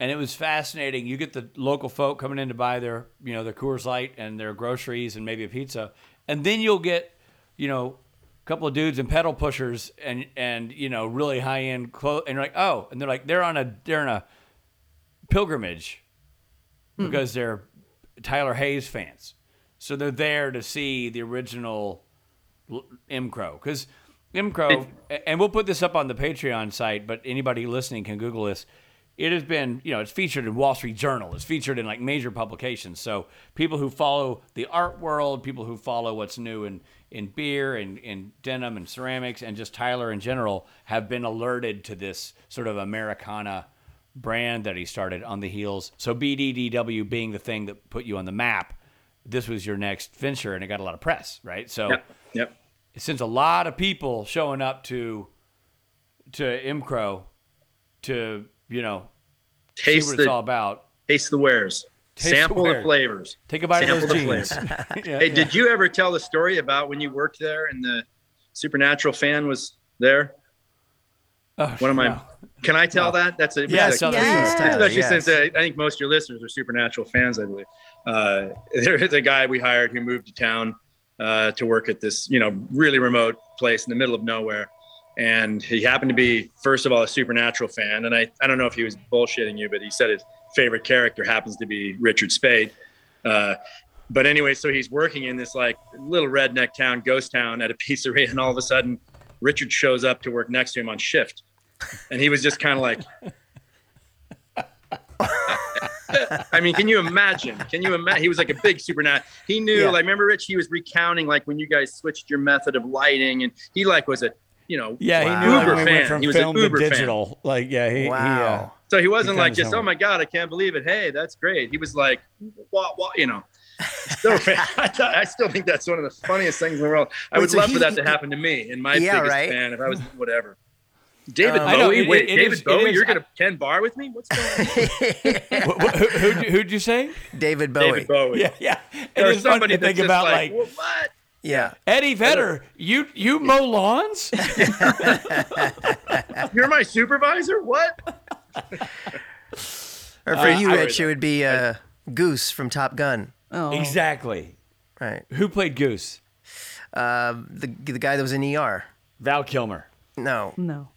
C: And it was fascinating. You get the local folk coming in to buy their you know their Coors Light and their groceries and maybe a pizza, and then you'll get you know a couple of dudes and pedal pushers and and you know really high end clothes, and you're like oh, and they're like they're on a they're on a pilgrimage because they're Tyler Hayes fans. So they're there to see the original L- M Crow because M Crow, and we'll put this up on the Patreon site. But anybody listening can Google this. It has been, you know, it's featured in Wall Street Journal. It's featured in like major publications. So people who follow the art world, people who follow what's new in in beer and in denim and ceramics and just Tyler in general have been alerted to this sort of Americana brand that he started on the heels. So BDDW being the thing that put you on the map, this was your next venture, and it got a lot of press, right? So
E: Yep. Yep.
C: since a lot of people showing up to to Imcro to you know see
E: Taste
C: what it's all
E: the
C: about.
E: taste the wares.
C: the
E: Sample the
C: wares.
E: flavors.
C: Take a bite of
E: Sample
C: those
E: the
C: jeans.
E: flavors.
C: Yeah,
E: Hey, did you ever tell the story about when you worked there and the supernatural fan was there?
C: Oh,
E: One of my.
C: no.
E: Can I tell that? That's a
C: Yeah,
E: that's a-
C: tell that
B: Yes.
A: story.
E: especially
A: Yes.
E: since uh, I, I think most of your listeners are supernatural fans. I believe uh, there is a guy we hired who moved to town uh, to work at this you know really remote place in the middle of nowhere, and he happened to be first of all a supernatural fan, and I I don't know if he was bullshitting you, but he said his favorite character happens to be Richard Spade. Uh, but anyway, so he's working in this like little redneck town, ghost town at a pizzeria, and all of a sudden, Richard shows up to work next to him on shift, and he was just kind of like. I mean, can you imagine? Can you imagine? He was like a big supernat. He knew,
C: Yeah.
E: like, remember, Rich? He was recounting, like, when you guys switched your method of lighting, and he, like, was a, you know,
C: Yeah,
A: Wow.
C: he knew
E: Uber
C: like, we
E: fan.
C: went from
E: He was an
C: film to
E: Uber fan.
C: digital. Like, yeah, he, he, uh,
A: Wow.
E: so he wasn't
C: He
E: like
C: comes
E: just,
C: home.
E: oh my god, I can't believe it. Hey, that's great. He was like, wah, wah, you know. So I, thought, I still think that's one of the funniest things in the world. I
A: Wait,
E: would
A: so
E: love
A: he-
E: for that to happen to me and my
A: Yeah,
E: biggest
A: right?
E: fan if I was whatever. David
A: Um,
C: I
E: Bowie,
C: know, it-
E: wait,
C: it- it
E: David
C: is- it
E: Bowie,
C: is-
E: you're gonna Ken Bar with me? What's going on?
C: Wh- wh- who, who'd, you- who''d you say?
A: David Bowie.
E: David Bowie.
C: Yeah, yeah. And
E: There's
C: it's funny
E: somebody
C: to
E: that's
C: think
E: just
C: about
E: like,
C: like,
E: "Well, what?
A: Yeah.
C: Eddie Vedder. You you mow lawns?
E: You're my supervisor? What?
A: Or for you,
E: I-
A: Rich, it would be uh, Goose from Top Gun.
B: Oh,
C: exactly.
A: Right.
C: Who played Goose?
A: The the guy that was in ER.
C: Val Kilmer.
A: No,
B: no.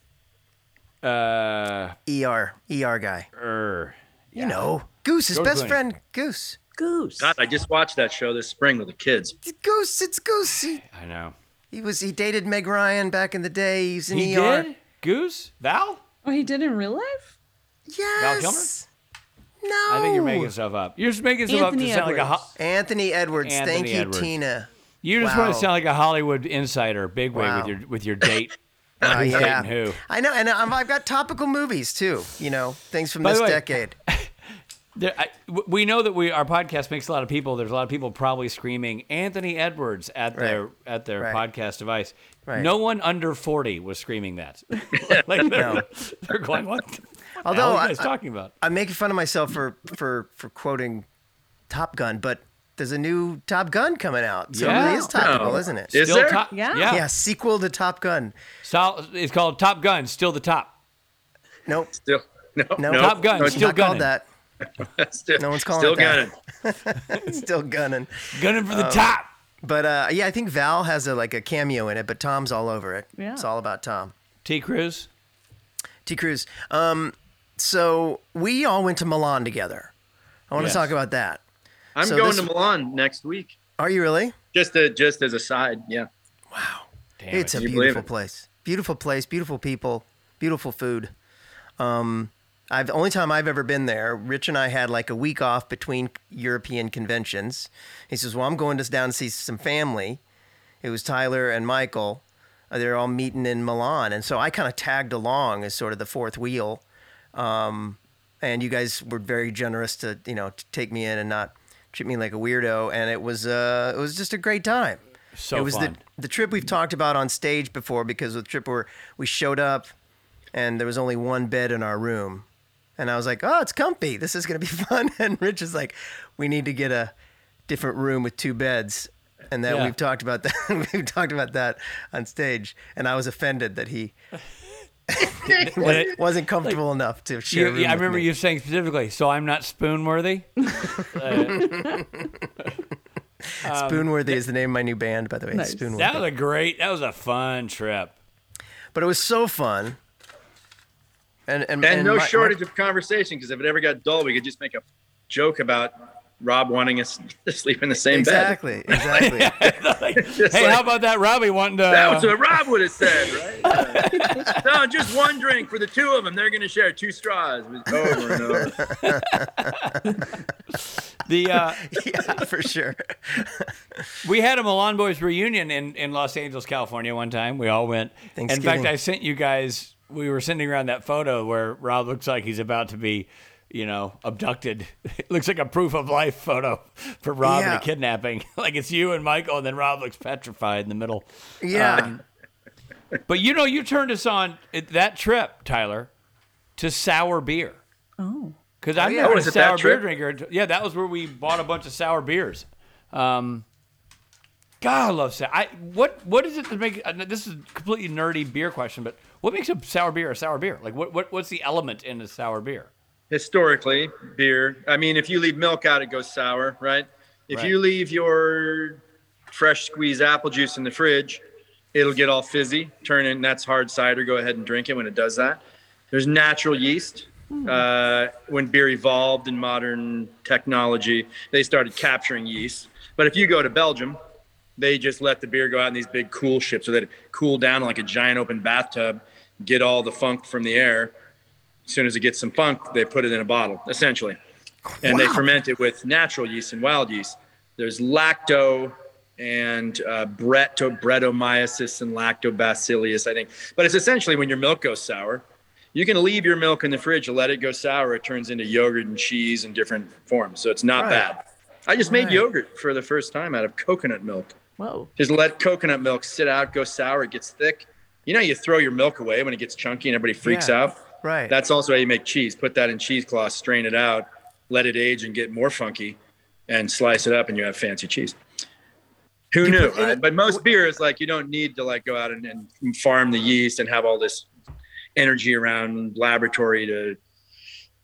C: Uh,
A: ER. ER guy.
C: er.
A: You know, Goose, his
C: George
A: best
C: Clooney.
A: friend, Goose.
B: Goose.
E: God, I just watched that show this spring with the kids.
A: It's Goose, it's Goose. He,
C: I know.
A: he was he dated Meg Ryan back in the day. He was in
C: He
A: ER.
C: did? Goose? Val?
B: Oh, he did in real life?
A: Yes. No.
C: I think you're making stuff up. You're just making
B: Oh.
C: stuff
B: Anthony
C: up to sound like a.
B: Edwards.
C: Ho-
A: Anthony Edwards.
C: Anthony
A: thank you,
C: Edwards.
A: Tina.
C: you just want
A: Wow.
C: to sound like a Hollywood insider, big way
A: Wow.
C: with your with your date.
A: Oh,
C: Who's
A: yeah.
C: dating who?
A: I know, and I'm, I've got topical movies too. You know, things from
C: By
A: this
C: the way-
A: decade.
C: There, I, w- we know that we our podcast makes a lot of people. There's a lot of people probably screaming Anthony Edwards at their
A: Right.
C: at their
A: Right.
C: podcast device.
A: Right.
C: No one under forty was screaming that. like they're, they're going, what? the- what the hell
A: Although
C: are
A: I-
C: you guys talking about?
A: I'm making fun of myself for for for quoting Top Gun, but there's a new Top Gun coming out, so
C: Yeah.
A: it really is topical,
E: No.
A: isn't it?
E: Is there?
C: top,
B: Yeah.
C: yeah.
A: yeah, sequel to Top Gun.
C: So- it's called Top Gun. Still the top.
A: Nope,
E: Still, no,
A: No.
E: no.
C: Top Gun.
E: No,
C: Still
A: not called
C: gunning.
A: that.
E: still,
A: No one's calling
E: still
A: it that.
E: gunning.
A: Still gunning.
C: Gunning
A: Oh.
C: for the top.
A: But uh, yeah, I think Val has a like a cameo in it, but Tom's all over it.
B: Yeah.
A: It's all about Tom.
C: T. Cruz.
A: T. Cruz. Um, so we all went to Milan together. I want
C: Yes.
A: to talk about that.
E: I'm
A: So
E: going
A: this-
E: to Milan next week.
A: Are you really?
E: Just to, just as a side, yeah.
C: Damn
A: It's
C: it.
A: a
E: Can you believe
A: beautiful
E: it?
A: place. Beautiful place, beautiful people, beautiful food. Um, I've the only time I've ever been there. Rich and I had like a week off between European conventions. He says, "Well, I'm going to down to see some family." It was Tyler and Michael. Uh, They're all meeting in Milan, and so I kind of tagged along as sort of the fourth wheel. Um, and you guys were very generous to you know to take me in and not treat me like a weirdo, and it was uh, it was just a great time
C: so
A: it was
C: fun.
A: the the trip we've talked about on stage before because the trip where we showed up and there was only one bed in our room and i was like oh it's comfy this is going to be fun and rich is like we need to get a different room with two beds and that
C: Yeah.
A: we've talked about that we've talked about that on stage. And I was offended that he
C: But
A: wasn't comfortable enough to share. a
C: You,
A: room
C: Uh, yeah, I
A: with
C: remember
A: me.
C: you saying specifically, so I'm not spoon worthy. um,
A: Spoonworthy is the name of my new band, by the way.
B: Nice.
A: Spoonworthy.
C: That was a great, that was a fun trip.
A: but it was so fun. And and,
E: And, no
A: my- my-
E: shortage of conversation because if it ever got dull, we could just make a joke about Rob wanting us to sleep in the same
A: exactly, exactly.
E: bed. Just
C: Hey,
E: like,
C: how about that Robbie wanting to.
E: that was what Rob would have said, right? Yeah. no, just one drink for the two of them. They're going to share two straws. It was over and over.
C: the uh,
A: yeah, for sure.
E: Um,
C: We had a Milan Boys reunion in, in Los Angeles, California one time. We all went. In fact,
A: Thanksgiving.
C: I sent you guys, we were sending around that photo where Rob looks like he's about to be, you know, abducted. It looks like a proof of life photo for Rob and
A: Yeah.
C: a kidnapping. like it's you and Michael, and then Rob looks petrified in the middle.
A: Yeah.
C: But you know, you turned us on at that trip, Tyler, to sour beer.
B: Oh.
C: Because I'm
A: yeah.
C: never
A: Oh,
C: a
E: was it that
C: sour beer
E: trip?
C: drinker. Yeah, that was where we bought a bunch of sour beers. Um, God, I love sour. I, what what is it that make? uh, This is a completely nerdy beer question, but what makes a sour beer a sour beer? Like what, what what's the element in a sour beer?
E: Historically, beer. I mean, if you leave milk out, it goes sour, right? If
C: Right.
E: you leave your fresh squeezed apple juice in the fridge, it'll get all fizzy, turn in. That's hard cider. Go ahead and drink it when it does that. There's natural yeast. Uh, when beer evolved in modern technology, they started capturing yeast. But if you go to Belgium, they just let the beer go out in these big cool ships so that it cool down like a giant open bathtub, get all the funk from the air. As soon as it gets some funk, they put it in a bottle, essentially. And they ferment it with natural yeast and wild yeast. There's lacto and uh, bretto, bretomyces and lactobacillus, I think. But it's essentially when your milk goes sour, you can leave your milk in the fridge, let it go sour, it turns into yogurt and cheese in different forms. So it's not
A: Right.
E: bad. I just made
A: Right.
E: yogurt for the first time out of coconut milk.
B: Whoa.
E: Just let coconut milk sit out, go sour, it gets thick. You know, you throw your milk away when it gets chunky and everybody freaks
A: Yeah,
E: out.
A: right.
E: That's also how you make cheese. Put that in cheesecloth, strain it out, let it age and get more funky, and slice it up, and you have fancy cheese. Who knew?
A: put in
E: right?
A: it-
E: But most beer is like you don't need to like go out and, and farm the yeast and have all this energy around laboratory to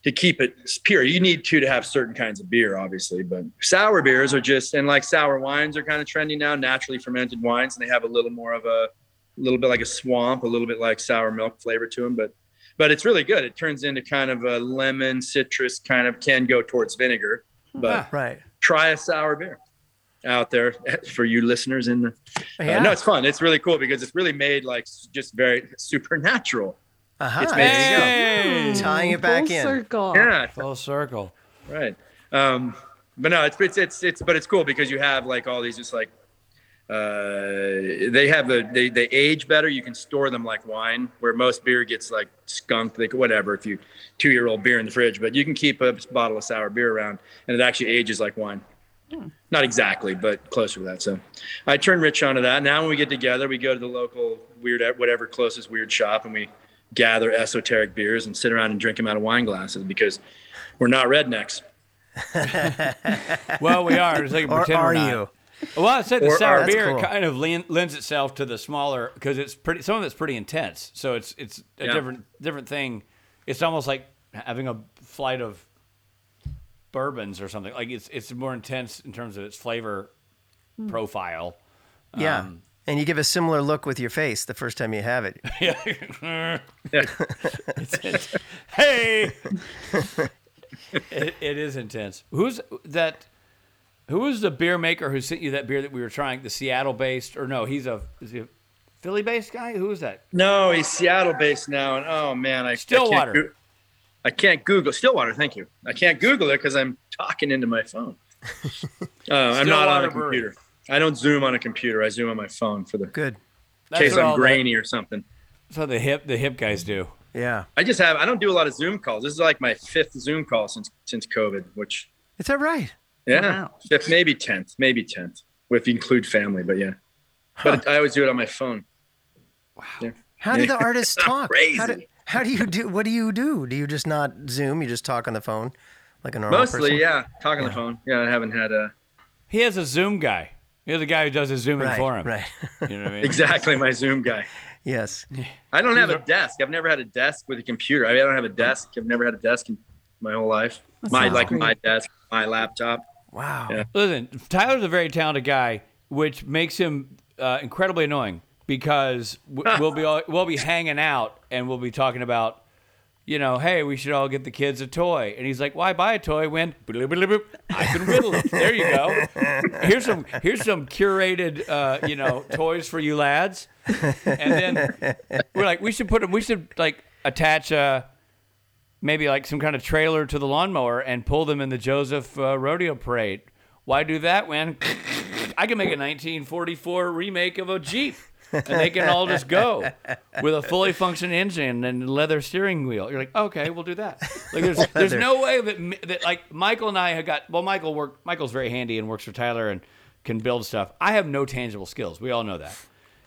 E: to keep it pure. You need to to have certain kinds of beer, obviously, but sour beers are just and like sour wines are kind of trendy now, naturally fermented wines, and they have a little more of a little bit like a swamp, a little bit like sour milk flavor to them, but but it's really good. It turns into kind of a lemon citrus kind of can go towards vinegar, but
A: Right.
E: try a sour beer out there for you listeners in the
A: Yeah.
E: uh, no, it's fun. It's really cool because it's really made like s- just very supernatural.
A: uh-huh.
E: It's made- There you go.
C: Hey,
A: Tying it
B: Full
A: back in.
B: circle.
E: Yeah,
C: full circle.
E: right. Um, but no, it's, it's it's it's but it's cool because you have like all these just like uh, they have a they they age better. You can store them like wine, where most beer gets like skunked, like whatever. If you two year old beer in the fridge, but you can keep a bottle of sour beer around, and it actually ages like wine. Not exactly, but closer to that. So I turn Rich onto that. Now when we get together, we go to the local weird, whatever closest weird shop, and we gather esoteric beers and sit around and drink them out of wine glasses because we're not rednecks.
C: Well, we are. It's like a
A: Or
C: pretend we're
A: are
C: not.
A: you?
C: Well, I said the
E: Or
C: sour
E: are-
A: That's
C: beer
A: cool.
C: kind of lean, lends itself to the smaller because it's pretty. Some of it's pretty intense, so it's it's a
E: Yeah.
C: different different thing. It's almost like having a flight of bourbons or something. Like it's it's more intense in terms of its flavor
A: Hmm.
C: profile.
A: Yeah.
C: Um,
A: and you give a similar look with your face the first time you have it.
C: hey, it, it is intense. Who's that? Who was the beer maker who sent you that beer that we were trying? The Seattle-based, or no? He's a is he a Philly-based guy? Who is that?
E: No, he's Seattle based now, and oh man, I I can't
C: Stillwater.
E: Goo- I can't Google Stillwater. Thank you. I can't Google it because I'm talking into my phone. Uh, I'm not on
C: Stillwater
E: a
C: Brewery.
E: computer. I don't zoom on a computer. I zoom on my phone for the
A: Good.
C: That's
E: case
C: what all
E: I'm
C: the-
E: grainy or something.
C: That's how the hip the hip guys do.
A: Yeah.
E: I just have. I don't do a lot of Zoom calls. This is like my fifth Zoom call since since COVID. Which
A: Is that right?
E: yeah,
B: Wow.
E: fifth maybe tenth, maybe tenth if you include family. But yeah, but I always do it on my phone.
A: How do the artists talk? How, do,
E: Crazy.
A: how do you do? What do you do? Do you just not Zoom? You just talk on the phone, like a normal
C: Oh,
E: Mostly,
A: person?
E: uh, yeah, talk on the phone. Yeah, I haven't had a.
C: He has a Zoom guy. You're the guy who does the zooming
A: Right,
C: for him.
A: right.
C: You know what I mean?
E: Exactly, my Zoom guy.
A: yes.
E: I don't have a desk. I've never had a desk with a computer. I, mean, I don't have a desk. I've never had a desk in my whole life.
B: That
E: my
B: sounds
E: like
B: great.
E: my desk, my laptop.
A: Wow.
E: Yeah.
C: Listen, Tyler's a very talented guy, which makes him uh, incredibly annoying because w- we'll be all, we'll be hanging out and we'll be talking about, you know, hey, we should all get the kids a toy, and he's like, why buy a toy when bloop, bloop, bloop, I can riddle it. There you go. Here's some here's some curated, uh, you know, toys for you lads, and then we're like, we should put 'em- we should like attach a. Maybe like some kind of trailer to the lawnmower and pull them in the Joseph uh, rodeo parade. Why do that when I can make a 1944 remake of a Jeep and they can all just go with a fully functioned engine and leather steering wheel? You're like, okay, we'll do that. Like, there's, there's no way that, m- that like Michael and I have got, well, Michael work, Michael's very handy and works for Tyler and can build stuff. I have no tangible skills. We all know that.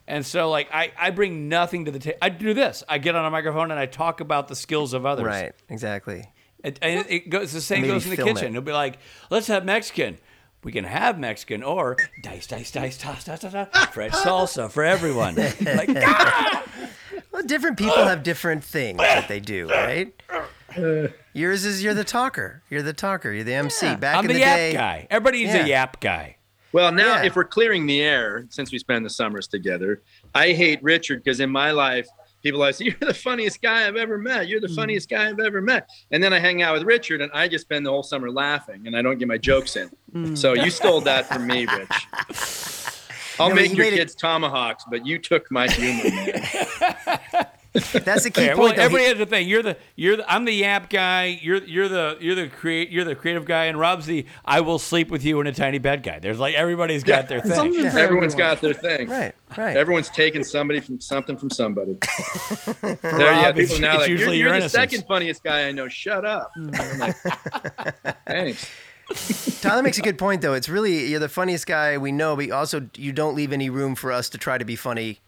C: And so, like, I, I bring nothing to the table. I do this. I get on a microphone and I talk about the skills of others.
A: Right. Exactly.
C: It, and it goes the same
A: Maybe
C: goes in the
A: film
C: kitchen.
A: it.
C: It'll be like, let's have Mexican. We can have Mexican or dice, dice, dice, toss, toss, toss, toss. Fresh salsa for everyone. Like,
A: Well, different people have different things that they do, right? Yours is you're the talker. You're the talker. You're the MC. Back
C: I'm
A: in
C: the,
A: the,
C: yap
A: day,
C: guy. Everybody's
A: Yeah.
C: a yap guy.
E: Well, now
A: Yeah.
E: if we're clearing the air, since we spend the summers together, I hate Richard because in my life, people always say, You're the funniest guy I've ever met. You're the
A: Mm-hmm.
E: funniest guy I've ever met. And then I hang out with Richard and I just spend the whole summer laughing and I don't get my jokes in.
A: Mm.
E: So you stole that from me, Rich. I'll
A: No, but
E: make
A: you
E: your
A: made it-
E: kids tomahawks, but you took my humor. Man.
A: that's a key
C: Yeah,
A: point.
C: well,
A: though.
C: everybody
A: He-
C: has a thing. You're the you're the, I'm the yap guy. You're you're the you're the create you're the creative guy, and Rob's the I will sleep with you in a tiny bed guy. There's like everybody's got their thing.
B: Something for
E: Everyone's
B: everyone.
E: got their thing.
A: right, right.
E: Everyone's taking somebody from something from somebody. there, yeah,
C: Rob,
E: people
C: it's-
E: now
C: it's
E: like, you're,
C: usually your
E: you're the
C: innocence."
E: second funniest guy I know. Shut up.
A: Mm.
E: I'm like, Thanks.
A: Tyler makes a good point though. It's really you're the funniest guy we know, but you also you don't leave any room for us to try to be funny.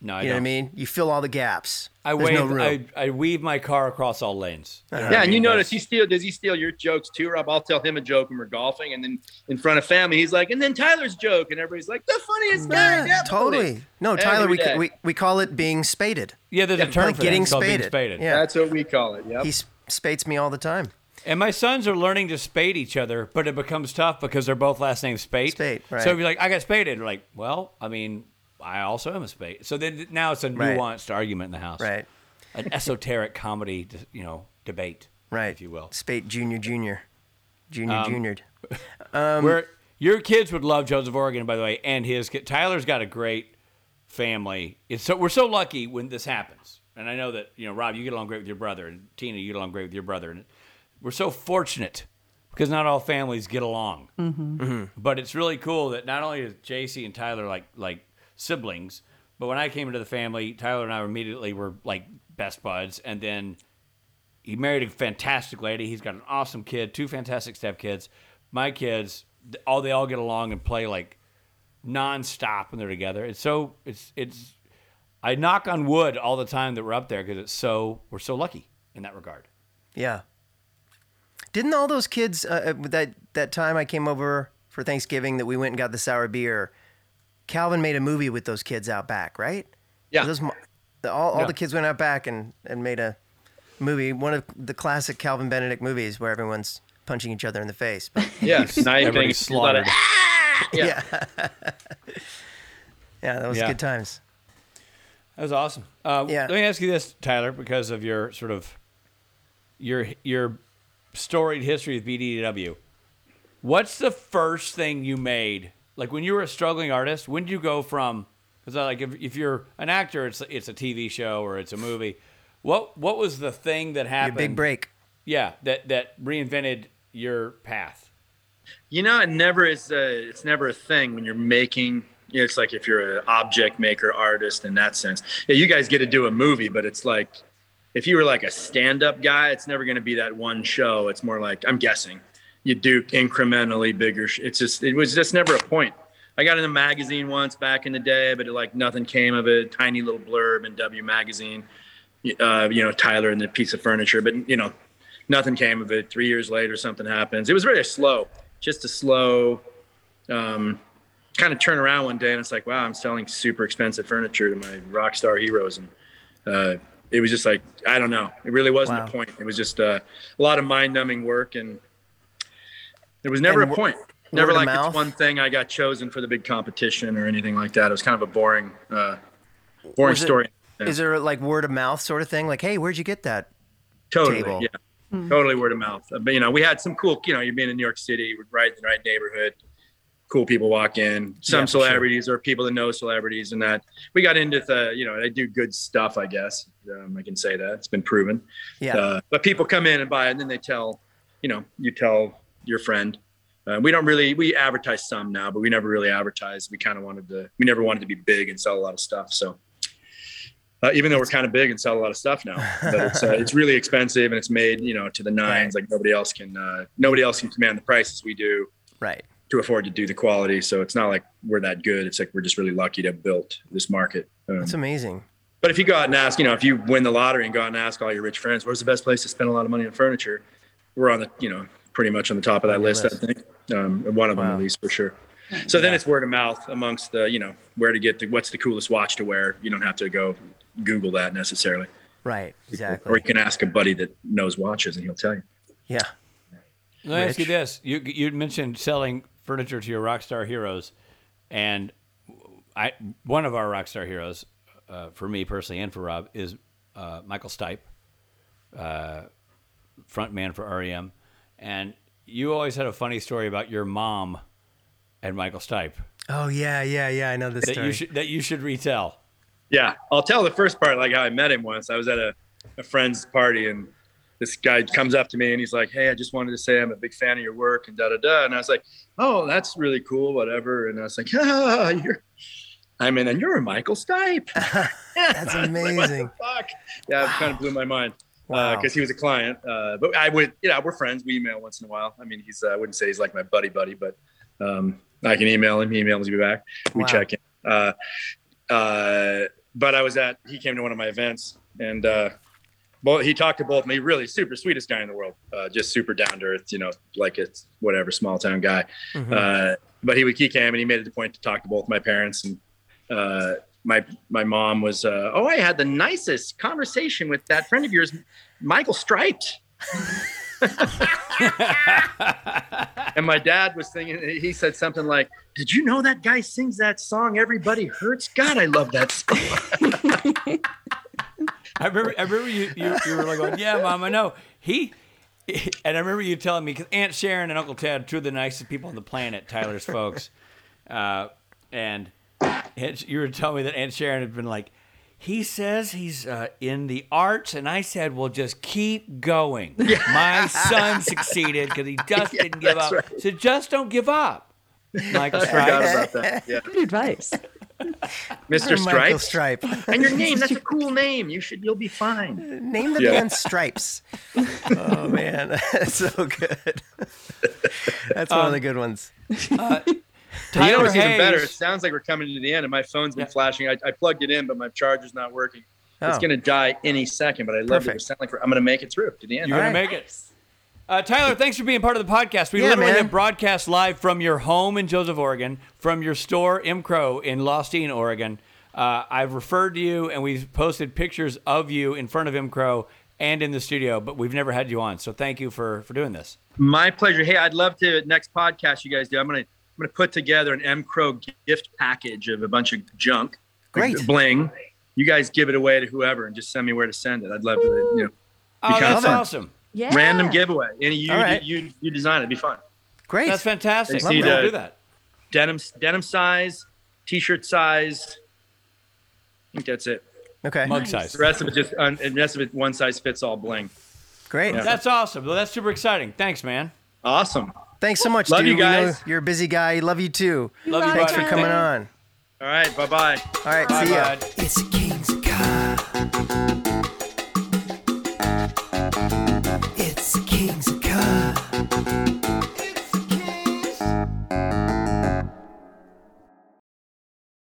C: No, I
A: You know
C: don't.
A: what I mean? You fill all the gaps.
C: I
A: There's
C: wave.
A: no room.
C: I, I weave my car across all lanes.
E: Yeah, and you notice he steal. Does he steal your jokes too, Rob? I'll tell him a joke when we're golfing, and then in front of family, he's like, and then Tyler's joke, and everybody's like, the funniest guy.
A: Yeah,
E: definitely."
A: totally. No, Tyler, we,
E: Every day.
A: we we call it being spaded.
C: Yeah, there's a term
A: like
C: for
A: getting
C: that. It's called being
A: spaded.
C: spaded.
A: Yeah.
E: That's what we call it. Yep.
A: He s- spates me all the time.
C: And my sons are learning to spade each other, but it becomes tough because they're both last names Spade.
A: Spade, right.
C: So if you're like, I got spaded, you're like, well, I mean, I also am a spade. So then now it's a
A: Right.
C: nuanced argument in the house,
A: Right.
C: An esoteric comedy, you know, debate,
A: Right.
C: If you will, Um,
A: Spate Junior Junior. Junior Juniored.
C: where your kids would love Joseph Oregon, by the way, and his kid. Tyler's got a great family. It's so we're so lucky when this happens. And I know that you know Rob, you get along great with your brother, and Tina, you get along great with your brother, and we're so fortunate because not all families get along. But it's really cool that not only is JC and Tyler like like siblings, but when I came into the family, Tyler and I immediately were like best buds, and then he married a fantastic lady. He's got an awesome kid, two fantastic stepkids. My kids, th- all they all get along and play like nonstop when they're together. It's so it's it's. I knock on wood all the time that we're up there because it's so we're so lucky in that regard.
A: Yeah. Didn't all those kids uh, uh, that that time I came over for Thanksgiving that we went and got the sour beer? Calvin made a movie with those kids out back, right?
E: Yeah.
A: Those mo- the- all all
C: Yeah.
A: the kids went out back and and made a movie, one of the classic Calvin Benedict movies where everyone's punching each other in the face. But
E: yeah. Sniping.
C: Everybody's slaughtered.
E: Yeah.
A: yeah, that was
C: Yeah.
A: good times.
C: That was awesome. Uh,
A: Yeah.
C: Let me ask you this, Tyler, because of your sort of your your storied history with BDW. What's the first thing you made? Like when you were a struggling artist, when did you go from? Because like if, if you're an actor, it's it's a TV show or it's a movie. What what was the thing that
A: Your
C: happened?
A: big break.
C: Yeah, that that reinvented your path.
E: You know, it never is. A, it's never a thing when you're making. You know, it's like if you're an object maker artist in that sense. Yeah, you guys get to do a movie, but it's like if you were like a stand-up guy, it's never going to be that one show. It's more like I'm guessing you do incrementally bigger. Sh- it's just it was just never a point. I got in a magazine once back in the day, but it, like nothing came of it. Tiny little blurb in W magazine. Uh, you know, Tyler and the piece of furniture, but you know, nothing came of it. Three years later, something happens. It was very slow, just a slow. Um, kind of turn around one day and it's like, wow, I'm selling super expensive furniture to my rock star heroes. And uh, it was just like, I don't know. It really wasn't
A: Wow.
E: a point. It was just uh, a lot of mind numbing work. And there was never
A: And
E: a
A: wor-
E: point. Never
A: word of
E: like
A: mouth?
E: it's one thing I got chosen for the big competition or anything like that. It was kind of a boring, uh, boring
A: Was it-
E: story. Yeah.
A: Is there like word of mouth sort of thing? Like, hey, where'd you get that?
E: totally
A: table.
E: yeah totally word of mouth Uh, but you know we had some cool you know you're being in new york city we're right in the right neighborhood cool people walk in some
A: Yeah, for sure.
E: celebrities or people that know celebrities and that we got into the you know they do good stuff i guess um, i can say that it's been proven
A: Yeah.
E: uh, but people come in and buy it and then they tell you know you tell your friend uh, we don't really we advertise some now but we never really advertised we kind of wanted to we never wanted to be big and sell a lot of stuff so uh, even though we're kind of big and sell a lot of stuff now, but it's, uh, it's really expensive and it's made, you know, to the nines. Like nobody else can, uh, nobody else can command the prices we do
A: right.
E: to afford to do the quality. So it's not like we're that good. It's like we're just really lucky to have built this market. Um,
A: That's amazing.
E: but if you go out and ask, you know, if you win the lottery and go out and ask all your rich friends, where's the best place to spend a lot of money on furniture? We're on the, you know, pretty much on the top of that
A: your
E: list,
A: list.
E: I think. Um, one of them
A: Wow.
E: at least for sure. So then it's word of mouth amongst the, you know, where to get the, what's the coolest watch to wear. You don't have to go Google that necessarily.
A: Right.
E: Or
A: Exactly.
E: you can ask a buddy that knows watches and he'll tell you.
A: Yeah.
C: Let me ask you
A: Rich?
C: this: you you mentioned selling furniture to your rock star heroes, and I one of our rock star heroes, uh, for me personally and for Rob, is uh, Michael Stipe, uh, front man for REM, and you always had a funny story about your mom and Michael Stipe
A: Oh yeah, yeah, yeah. I know this
C: that
A: story.
C: you should that you should retell.
E: Yeah, I'll tell the first part like how I met him once. I was at a, a friend's party and this guy comes up to me and he's like, "Hey, I just wanted to say I'm a big fan of your work and da da da." And I was like, "Oh, that's really cool, whatever." And I was like, "Ah, you're." I mean, and you're Michael Stipe.
A: That's amazing.
E: Fuck. Yeah, it kind of blew my mind
A: Wow.
E: because he was a client. Uh, but I would, you know, we're friends. We email once in a while. I mean, he's uh, I wouldn't say he's like my buddy buddy, but um, I can email him. He emails me back. We
A: Wow.
E: check in. Uh, uh, but I was at he came to one of my events and uh, both he talked to both me. Really super sweetest guy in the world. Uh, just super down to earth. You know, like it's whatever small town guy.
A: Mhm.
E: Uh, but he would he came and he made it a point to talk to both my parents and uh, my my mom was uh, oh I had the nicest conversation with that friend of yours, Michael Striped. and my dad was thinking he said something like, "Did you know that guy sings that song? Everybody hurts. God, I love that song."
C: I remember, I remember you, you, you were like, going, yeah, mom, I know. He, and I remember you telling me, because Aunt Sharon and Uncle Ted, two of the nicest people on the planet, Tyler's folks. Uh, and Aunt- you were telling me that Aunt Sharon had been like, he says he's uh, in the arts. And I said, well, just keep going. My son succeeded because he just didn't give
E: that's
C: up.
E: right.
C: So just don't give up. Michael
E: Forgot
C: Stripes.
E: about that. Yeah,
B: Good advice.
E: Mr.
A: Michael
E: Stripes.
A: Stripe.
E: And your name, that's a cool name. You should you'll be fine.
A: Name the
E: Yeah.
A: band Stripes. oh man, that's so good. That's one of the good ones.
E: You know
C: Tyler
E: what's even better? It
C: Hayes.
E: sounds like we're coming to the end and my phone's been
C: Yeah.
E: flashing. I, I plugged it in, but my charger's not working. It's
A: Oh.
E: gonna die any second, but I love it.
A: Perfect.
E: It sounded like we're- I'm gonna make it through to the end.
C: You're gonna
A: All right.
C: make it. Uh, Tyler, thanks for being part of the podcast. We
A: Yeah,
C: literally
A: man.
C: have broadcast live from your home in Joseph, Oregon, from your store M Crow in Lostine, Oregon. Uh, I've referred to you, and we've posted pictures of you in front of M Crow and in the studio, but we've never had you on. So thank you for for doing this.
E: My pleasure. Hey, I'd love to next podcast you guys do. I'm gonna I'm gonna put together an M Crow gift package of a bunch of junk.
A: Great.
E: Bling. You guys give it away to whoever and just send me where to send it. I'd love to you know
C: Oh,
E: kinda
C: that's
E: fun.
C: awesome.
F: Yeah.
E: random giveaway. Any you,
A: All right.
E: you you design it, it'd be fun.
A: Great.
C: That's fantastic.
E: Thanks,
C: We'll
E: Steve.
C: do that.
E: Denim denim size, t shirt size. I think that's it.
A: okay.
C: Mug
E: The
C: size.
E: rest of it just un, the rest of it one size fits all bling.
A: Great.
C: That's awesome. Well, that's super exciting. Thanks, man.
E: Awesome.
A: Thanks so much,
E: Love
A: dude.
E: you
A: We know
E: guys.
A: you're a busy guy. Love you too.
C: Love you,
A: Thanks for
C: buddy.
A: coming on.
E: All right, bye bye.
A: All right.
C: Bye,
A: see ya.
C: bud.
D: It's a king's car. It's a king's